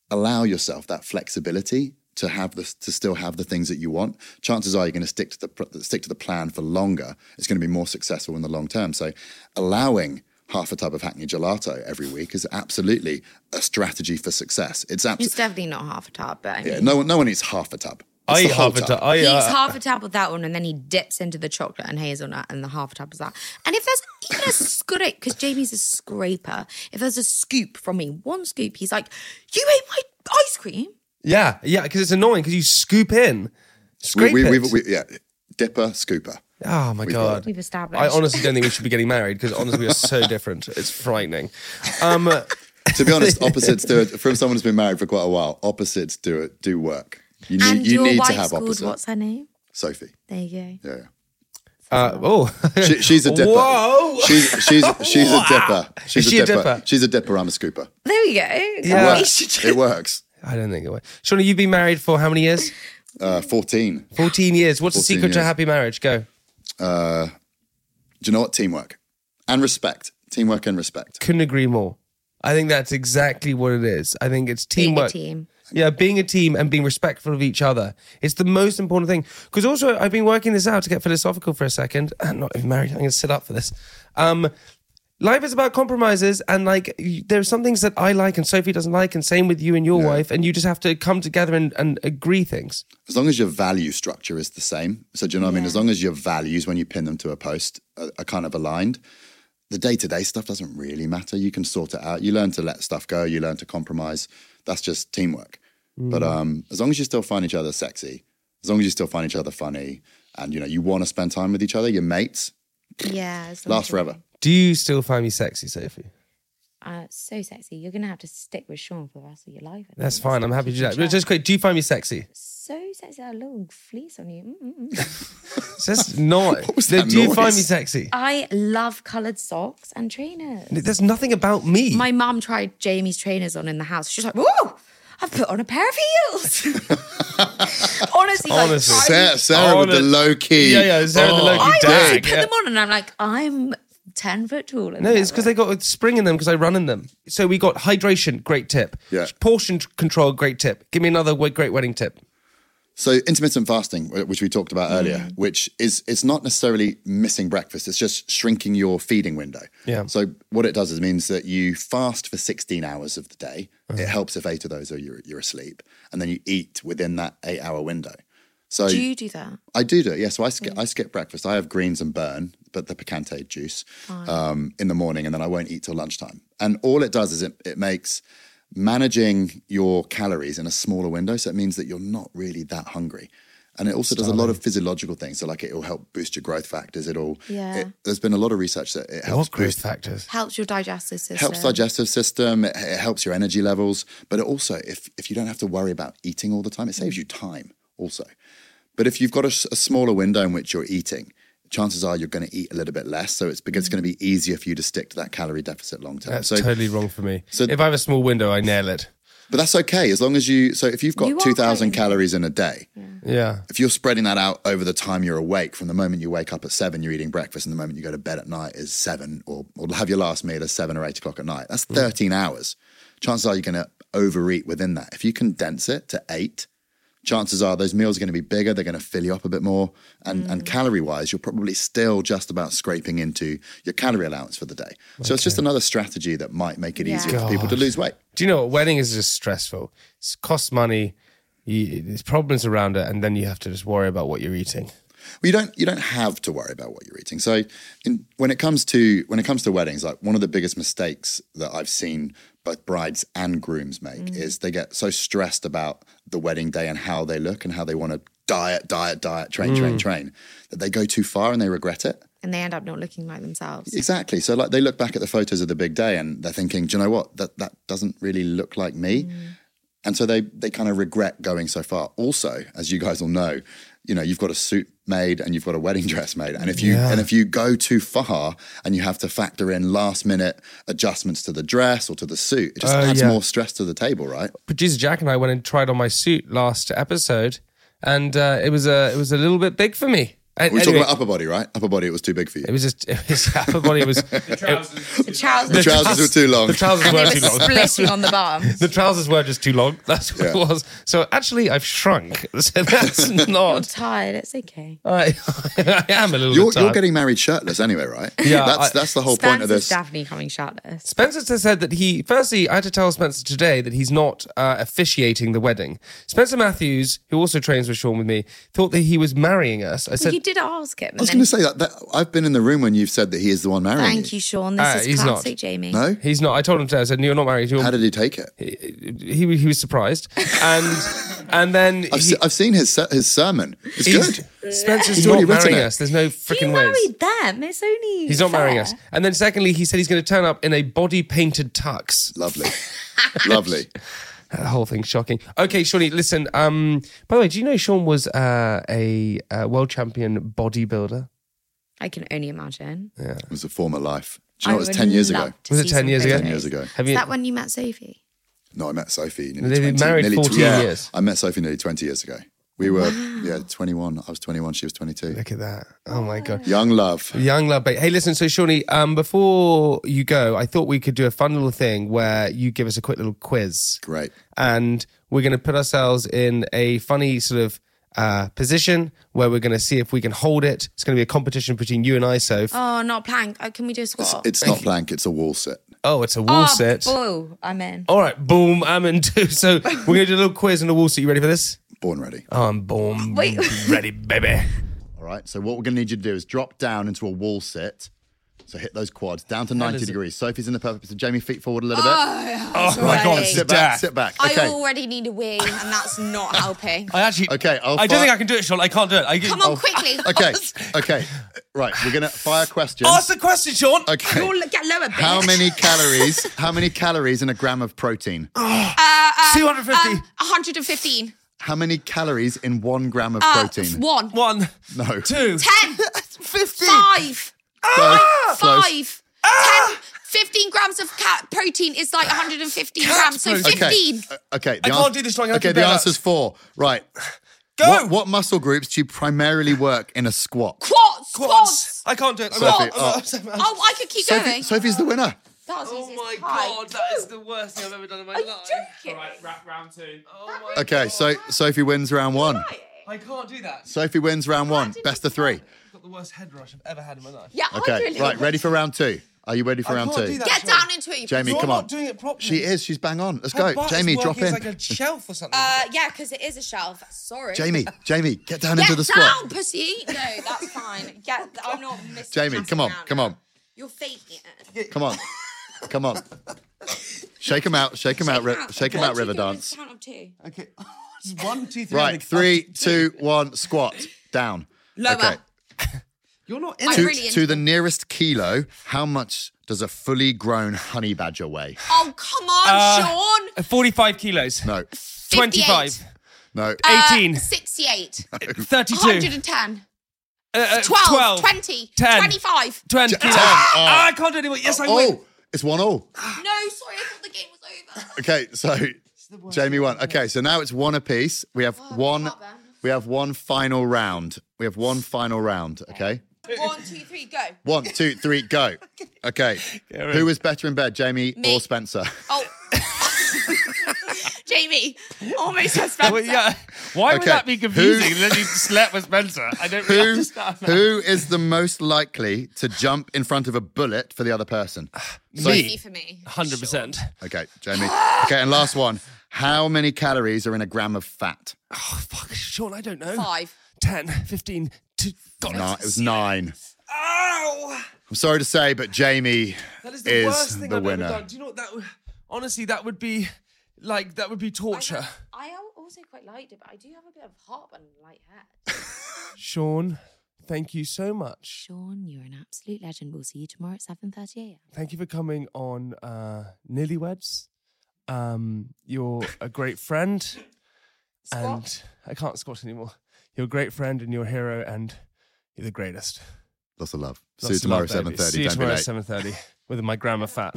allow yourself that flexibility to have the to still have the things that you want, chances are you're going to stick to the pr- stick to the plan for longer. It's going to be more successful in the long term. So, allowing half a tub of Hackney Gelato every week is absolutely a strategy for success. It's It's absolutely definitely not half a tub, but I mean, yeah, no one no one eats half a tub. I It's the eat whole half a tub. I- uh, he eats half a tub of that one, and then he dips into the chocolate and hazelnut, and the half a tub is that. And if there's even a scrape, because Jamie's a scraper, if there's a scoop from me, one scoop, he's like, "You ate my ice cream." Yeah, yeah, because it's annoying because you scoop in, scrape we, we, it. we- yeah, dipper scooper. Oh my We've got god! it. We've established. I honestly don't think we should be getting married because honestly we are so different. It's frightening. Um, to be *laughs* honest, opposites do it from someone who's been married for quite a while. Opposites do it do work. You need and you your need wife's to have called opposites. what's her name? Sophie. There you Yeah. yeah. Uh, oh, *laughs* She, she's a dipper. Whoa. She's she's she's a dipper. She's Is she a dipper. dipper? She's a dipper. I'm a scooper. go. There you go. It Yeah. works. It works. I don't think it would. Shawnee, you've been married for how many years? Uh, Fourteen. Fourteen years. What's the 14 secret to years. happy marriage? Go. Uh, do you know what? Teamwork and respect. Teamwork and respect. Couldn't agree more. I think that's exactly what it is. I think it's Being a teamwork. team. Yeah, being a team and being respectful of each other. It's the most important thing. Because also, I've been working this out to get philosophical for a second. *laughs* I'm not even married. I'm going to sit up for this. Um, life is about compromises. And like, y- there are some things that I like and Sophie doesn't like. And same with you and your wife. And you just have to come together and, and agree things. As long as your value structure is the same. So do you know what I mean? As long as your values when you pin them to a post are, are kind of aligned, the day to day stuff doesn't really matter. You can sort it out. You learn to let stuff go. You learn to compromise. That's just teamwork. But Mm. um, as long as you still find each other sexy, as long as you still find each other funny, and you know you want to spend time with each other, your mates Yeah. it's last lovely. forever. Do you still find me sexy, Sophie? Uh, so sexy. You're gonna have to stick with Sean for the rest of your life. I That's think. fine. I'm happy to do that. But just quick, do you find *laughs* me sexy? So sexy. A little fleece on you. Mm-mm-mm. It's just not. that do you find noise? me sexy? I love coloured socks and trainers. There's nothing about me. My mum tried Jamie's trainers on in the house. She's like, "Whoa, I've put on a pair of *laughs* heels." Honestly, like, Honestly. I- Sarah, Sarah with the Honest- low key. Yeah, yeah, Sarah with the low key I dag, honestly put yeah. them on, and I'm like, I'm ten foot tall. and No, it's because they're- they got a spring in them because I run in them. So we got hydration, great tip. Yeah. Portion t- control, great tip. Give me another we- great wedding tip. So intermittent fasting, wh- which we talked about earlier, which is it's not necessarily missing breakfast. It's just shrinking your feeding window. Yeah. So what it does is means that you fast for 16 hours of the day. It helps if eight of those are you're, you're asleep, and then you eat within that eight hour window. So Do you do that? I do do it. Yeah. So I skip I skip breakfast. I have greens and burn, but the picante juice um, in the morning, and then I won't eat till lunchtime. And all it does is it, it makes managing your calories in a smaller window. So it means that you're not really that hungry. And it also does a lot of physiological things. So like it will help boost your growth factors. It'll Yeah. it- there's been a lot of research that it helps growth boost factors? Helps your digestive system. helps digestive system. It, it helps your energy levels, but it also, if if you don't have to worry about eating all the time, it saves you time also. But if you've got a, s- a smaller window in which you're eating, chances are you're going to eat a little bit less. So it's, it's Mm. going to be easier for you to stick to that calorie deficit long term. That's So, totally wrong for me. so- if I have a small window, I nail it. but that's okay as long as you. So if you've got You are two thousand calories in a day, Yeah. if you're spreading that out over the time you're awake, from the moment you wake up at seven, you're eating breakfast, and the moment you go to bed at night is seven, or, or have your last meal at seven or eight o'clock at night, that's 13 hours. Chances are you're going to overeat within that. If you condense it to eight, chances are those meals are going to be bigger, they're going to fill you up a bit more. And, and calorie wise, you're probably still just about scraping into your calorie allowance for the day. So it's just another strategy that might make it Yeah. easier for people to God. lose weight. Do you know what? Wedding is just stressful. It costs money. You- you, there's problems around it, and then you have to just worry about what you're eating. Well, you don't you don't have to worry about what you're eating. So in, when it comes to when it comes to weddings, like one of the biggest mistakes that I've seen both brides and grooms make Mm. is they get so stressed about the wedding day and how they look and how they want to diet, diet, diet, train, train, Mm. train that they go too far and they regret it. And they end up not looking like themselves. Exactly. So like they look back at the photos of the big day and they're thinking, do you know what? That that doesn't really look like me. And so they they kind of regret going so far. Also, as you guys all know, you know, you've got a suit made and you've got a wedding dress made. And if you Yeah. and if you go too far and you have to factor in last minute adjustments to the dress or to the suit, it just Oh, adds yeah. more stress to the table, right? Producer Jack and I went and tried on my suit last episode, and uh, it was a it was a little bit big for me. We And talk anyway, about upper body, right? Upper body, it was too big for you. It was just *laughs* it was upper body was The trousers. The trousers were too long. The trousers And were they too were long. splitting on the bum. *laughs* The trousers were just too long. That's what it Yeah. was. So actually, I've shrunk. *laughs* *laughs* So that's I'm not. tired. It's okay. I, I am a You're, little. bit you're tired. getting married shirtless anyway, right? Yeah, that's I- that's the whole point of Spencer's this. definitely coming shirtless. Spencer t- said that he, firstly, I had to tell Spencer today that he's not uh, officiating the wedding. Spencer Matthews, who also trains with Sean with me, thought that he was marrying us. I said, you did ask him. I was going to say that, that I've been in the room when you've said that he is the one marrying Thank you, Sean. This Uh, is he's classic, not. Jamie. No? He's not. I told him today, I said, no, you're not married. You're... How did he take it? He, he, was surprised. And and then. I've, se- I've seen his ser- his sermon. It's He's- good. Spencer's He's not already written marrying it. us. There's no freaking way. Married them. It's only. He's not fair. marrying us. And then, secondly, he said he's going to turn up in a body painted tux. *laughs* Lovely. Lovely. That whole thing's shocking. Okay, Shawnee, listen. Um, by the way, do you know Sean was uh, a uh, world champion bodybuilder? I can only imagine. Yeah. It was a former life. Do you know I what? It was would 10 years love ago. to Was it see 10 some years ago? 10 years ago. Have Is that when you met Sophie? No, I met Sophie. Nearly They've been 20, married nearly 14 yeah, years. I met Sophie nearly 20 years ago. We were, yeah, 21. I was 21. She was 22. Look at that. Oh my God. Young love. Young love bait. Hey, listen. So, Shawnee, um, before you go, I thought we could do a fun little thing where you give us a quick little quiz. Great. And we're going to put ourselves in a funny sort of uh, position where we're going to see if we can hold it. It's going to be a competition between you and I, Soph. Oh, not plank. Oh, can we do a Ah, squat? It's not blank. It's a wall sit. Oh, it's a wall oh, set. Boo. I'm in. All right, boom, I'm in two. So we're going to do a little quiz on the wall set. You ready for this? Born ready. Oh, I'm born Wait. *laughs* ready, baby. All right. So what we're going to need you to do is drop down into a wall sit. So hit those quads down to Hell 90 is it? degrees. Sophie's in the perfect position. Jamie, feet forward a little Oh, bit. yeah, Oh, my God, it's Sit back. death. Sit back. I Okay. already need a wee, and that's not helping. I actually. Okay. I'll I don't fire- think I can do it, Sean. I can't do it. I get, Come on, quickly. Okay. Okay. Right. We're *sighs* going to fire questions. Ask the question, Sean. Okay. You'll get lower. Bitch. How many *laughs* calories? How many calories in a gram of protein? Oh. Uh, uh, 250. Um, 115. How many calories in one gram of Uh, protein? One. One. No. Two. 10. 15. *laughs* Five. Ah! Ah! Close. Five. 10. 15 grams of cat protein is like 115 Cat grams. So protein. 15. Okay. uh, okay I the can't do this long, I Okay. can The bear that. answer's four. Right. *sighs* Go. What, what muscle groups do you primarily work in a squat? Quads. Quads. I can't do it. I'm Sophie, not- oh. I'm not- Oh, I could keep Sophie, going. Sophie's the winner. That was easy as Oh my pie. god, that is the worst thing I've ever done in my Are you life. joking? Right, ra- round two. Oh my Okay. So Sophie wins round one. I can't do that. Sophie wins round one. Best of three. I've got the worst head rush I've ever had in my life. Yeah, I Okay. Oh, really Right. Ready for round two? Are you ready for I round can't do two? that. Get down into it. you Jamie, prick. come on. doing it properly. She is. She's bang on. Let's go. Her butt is Jamie, drop working in. as like a shelf or something. Uh, yeah, because it is a shelf. Sorry. *laughs* Jamie, Jamie, get down Get into the down, squat. pussy. No, that's fine. Get, I'm *laughs* not missing. Jamie, come on, come on, You're faking it. come on, come on. Shake him out, shake him out, ri- shake him One, out, two, river three, dance. let's Count up two. okay. Just one, two, three. Right, and- three, two, one, squat down. Lower. *laughs* You're not in I'm To, really to the nearest kilo, how much does a fully grown honey badger weigh? Oh, come on, Uh, Sean. it. 45 kilos. No, 25. no, Uh, 18. 68. 32. 110. Uh, uh, 12, 12. 20. 10. 25. 20 J- kilos. ten. Ah, I can't do it anymore. Yes, I will. Oh, it's one all. No, sorry, I thought the game was over. *laughs* Okay, so Jamie won. Okay, so now it's one apiece. We have one. We have one final round. We have one final round. Okay. One, two, three, go. One, two, three, go. Okay. Who was better in bed, Jamie Me. or Spencer? Oh. *laughs* Jamie, almost has Spencer. Well, yeah. Why would Okay. that be confusing? Who- Then you slept with Spencer. I don't really Who, understand. that. who is the most likely to jump in front of a bullet for the other person? So- Easy for me. 100%. Okay, Jamie. Okay, and last one. How many calories are in a gram of fat? Oh, fuck, Sean, I don't know. Five. Ten, fifteen, two. God, Ni- it was nine. Ow! I'm sorry to say, but Jamie That is is the worst thing the I've winner. ever done. Do you know what that? would- Honestly, that would be like that would be torture. I am also quite light, but I do have a bit of heartburn and light head. Sean, thank you so much. Sean, you're an absolute legend. We'll see you tomorrow at 7.30 a.m. Thank you for coming on uh, Nillyweds. Um, you're a great friend, and I can't squat anymore. You're a great friend and you're a hero, and you're the greatest. Lots of love. Lots See you of tomorrow, love, seven baby. thirty. See you Don't be tomorrow at late. *laughs* seven thirty with my grandma fat.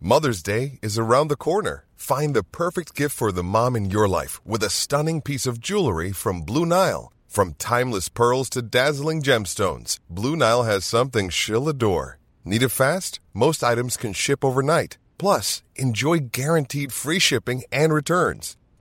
Mother's Day is around the corner. Find the perfect gift for the mom in your life with a stunning piece of jewelry from Blue Nile. From timeless pearls to dazzling gemstones, Blue Nile has something she'll adore. Need it fast? Most items can ship overnight. Plus, enjoy guaranteed free shipping and returns.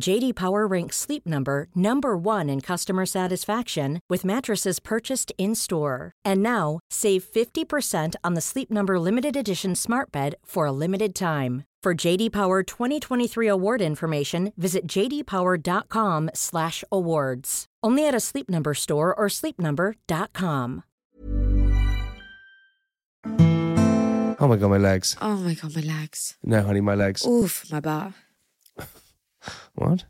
JD Power ranks Sleep Number number 1 in customer satisfaction with mattresses purchased in-store. And now, save 50% on the Sleep Number limited edition Smart Bed for a limited time. For JD Power 2023 award information, visit jdpower.com/awards. Only at a Sleep Number store or sleepnumber.com. Oh my god, my legs. Oh my god, my legs. No, honey, my legs. Oof, my butt. What?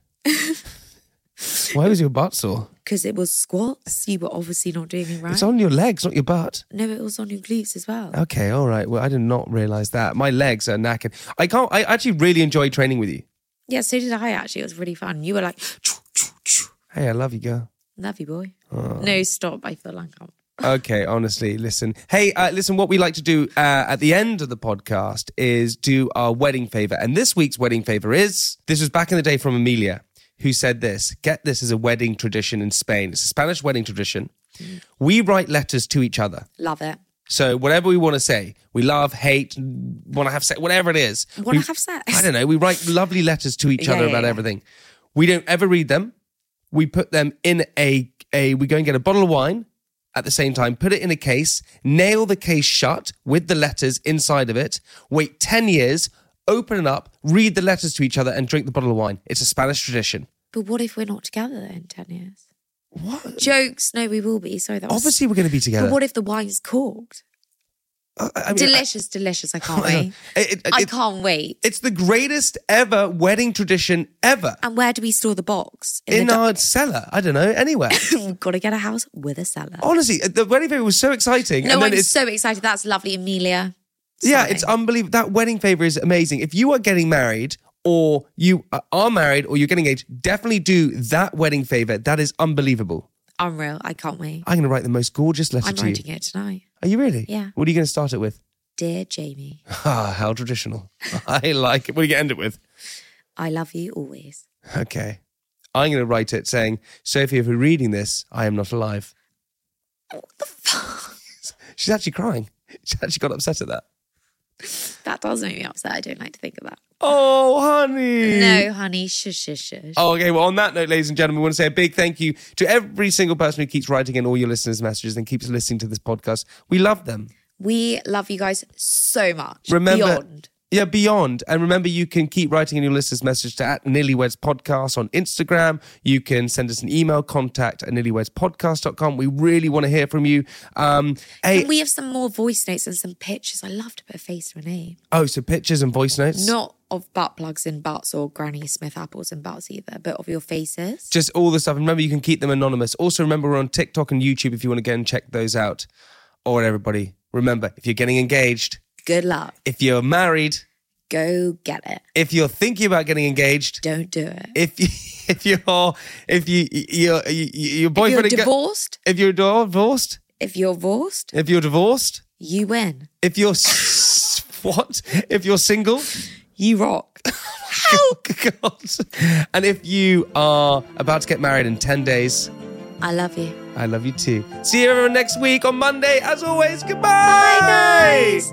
Why was your butt sore? Because it was squats. You were obviously not doing it right. It's on your legs, not your butt. no, it was on your glutes as well. Okay, all right. Well, I did not realize that. My legs are knackered. I can't. I actually really enjoy training with you. Yeah, so did I actually. It was really fun. You were like, Hey, I love you, girl. love you, boy. Oh. No, stop. I feel uncomfortable. Okay, honestly, listen. Hey, uh, listen, what we like to do uh, at the end of the podcast is do our wedding favor. And this week's wedding favor is this was back in the day from Amelia, who said this get this as a wedding tradition in Spain. It's a Spanish wedding tradition. We write letters to each other. Love it. So, whatever we want to say, we love, hate, want to have sex, whatever it is. Wanna we- have sex. I don't know. We write lovely letters to each Yeah, other yeah, about yeah. everything. We don't ever read them. We put them in a a. We go and get a bottle of wine at the same time. Put it in a case. Nail the case shut with the letters inside of it. Wait ten years. Open it up. Read the letters to each other and drink the bottle of wine. It's a Spanish tradition. But what if we're not together then in 10 years? What? Jokes. No, we will be. Sorry, that was. Obviously, we're going to be together. But what if the wine's corked? I mean, delicious, delicious. I can't wait. It- it- I it- can't wait. It's the greatest ever wedding tradition ever. And where do we store the box? In, the our cellar. I don't know. Anywhere. *laughs* We've got to get a house with a cellar. Honestly, the wedding favor was so exciting. No, Oh, and then I'm it's, so excited. That's lovely, Amelia. yeah, it's unbelievable. That wedding favor is amazing. If you are getting married or you are married or you're getting engaged, definitely do that wedding favor. That is unbelievable. Unreal. I can't wait. I'm going to write the most gorgeous letter I'm to you. writing it tonight. Are you really? Yeah. What are you going to start it with? *laughs* Dear Jamie, Ah, how traditional. *laughs* I like it. What are you going to end it with? I love you always. Okay. I'm going to write it saying, Sophie, if you're reading this, I am not alive. What the fuck? *laughs* She's actually crying. *laughs* She actually got upset at that. That does make me upset. I don't like to think of that. Oh, honey. No, honey. Shush, shush, shush. Oh, okay. Well, on that note, ladies and gentlemen, we want to say a big thank you to every single person who keeps writing in all your listeners' messages and keeps listening to this podcast. We love them. We love you guys so much. Remember, Beyond. yeah, beyond. And remember, you can keep writing in your listeners' message to at Nillyweds Podcast on Instagram. You can send us an email, contact at nillywedspodcast.com. We really want to hear from you. Um, hey, Can we have some more voice notes and some pictures? I love to put a face to a name. oh, so pictures and voice notes? Not of butt plugs and butts or Granny Smith apples and butts either, but of your faces. Just all the stuff. And remember, you can keep them anonymous. Also, remember, we're on TikTok and YouTube if you want to go and check those out. Or everybody, remember, if you're getting engaged, Good luck. if you're married, Go get it. if you're thinking about getting engaged, don't do it. If you, *laughs* if you're if you your your boyfriend if and you're girl- divorced, if you're divorced, if you're divorced, if you're divorced, you win. if you're s- what if you're single? You rock. How? *laughs* God. And if you are about to get married in 10 days, I love you. I love you too. See you everyone next week on Monday. As always, goodbye. Bye, guys.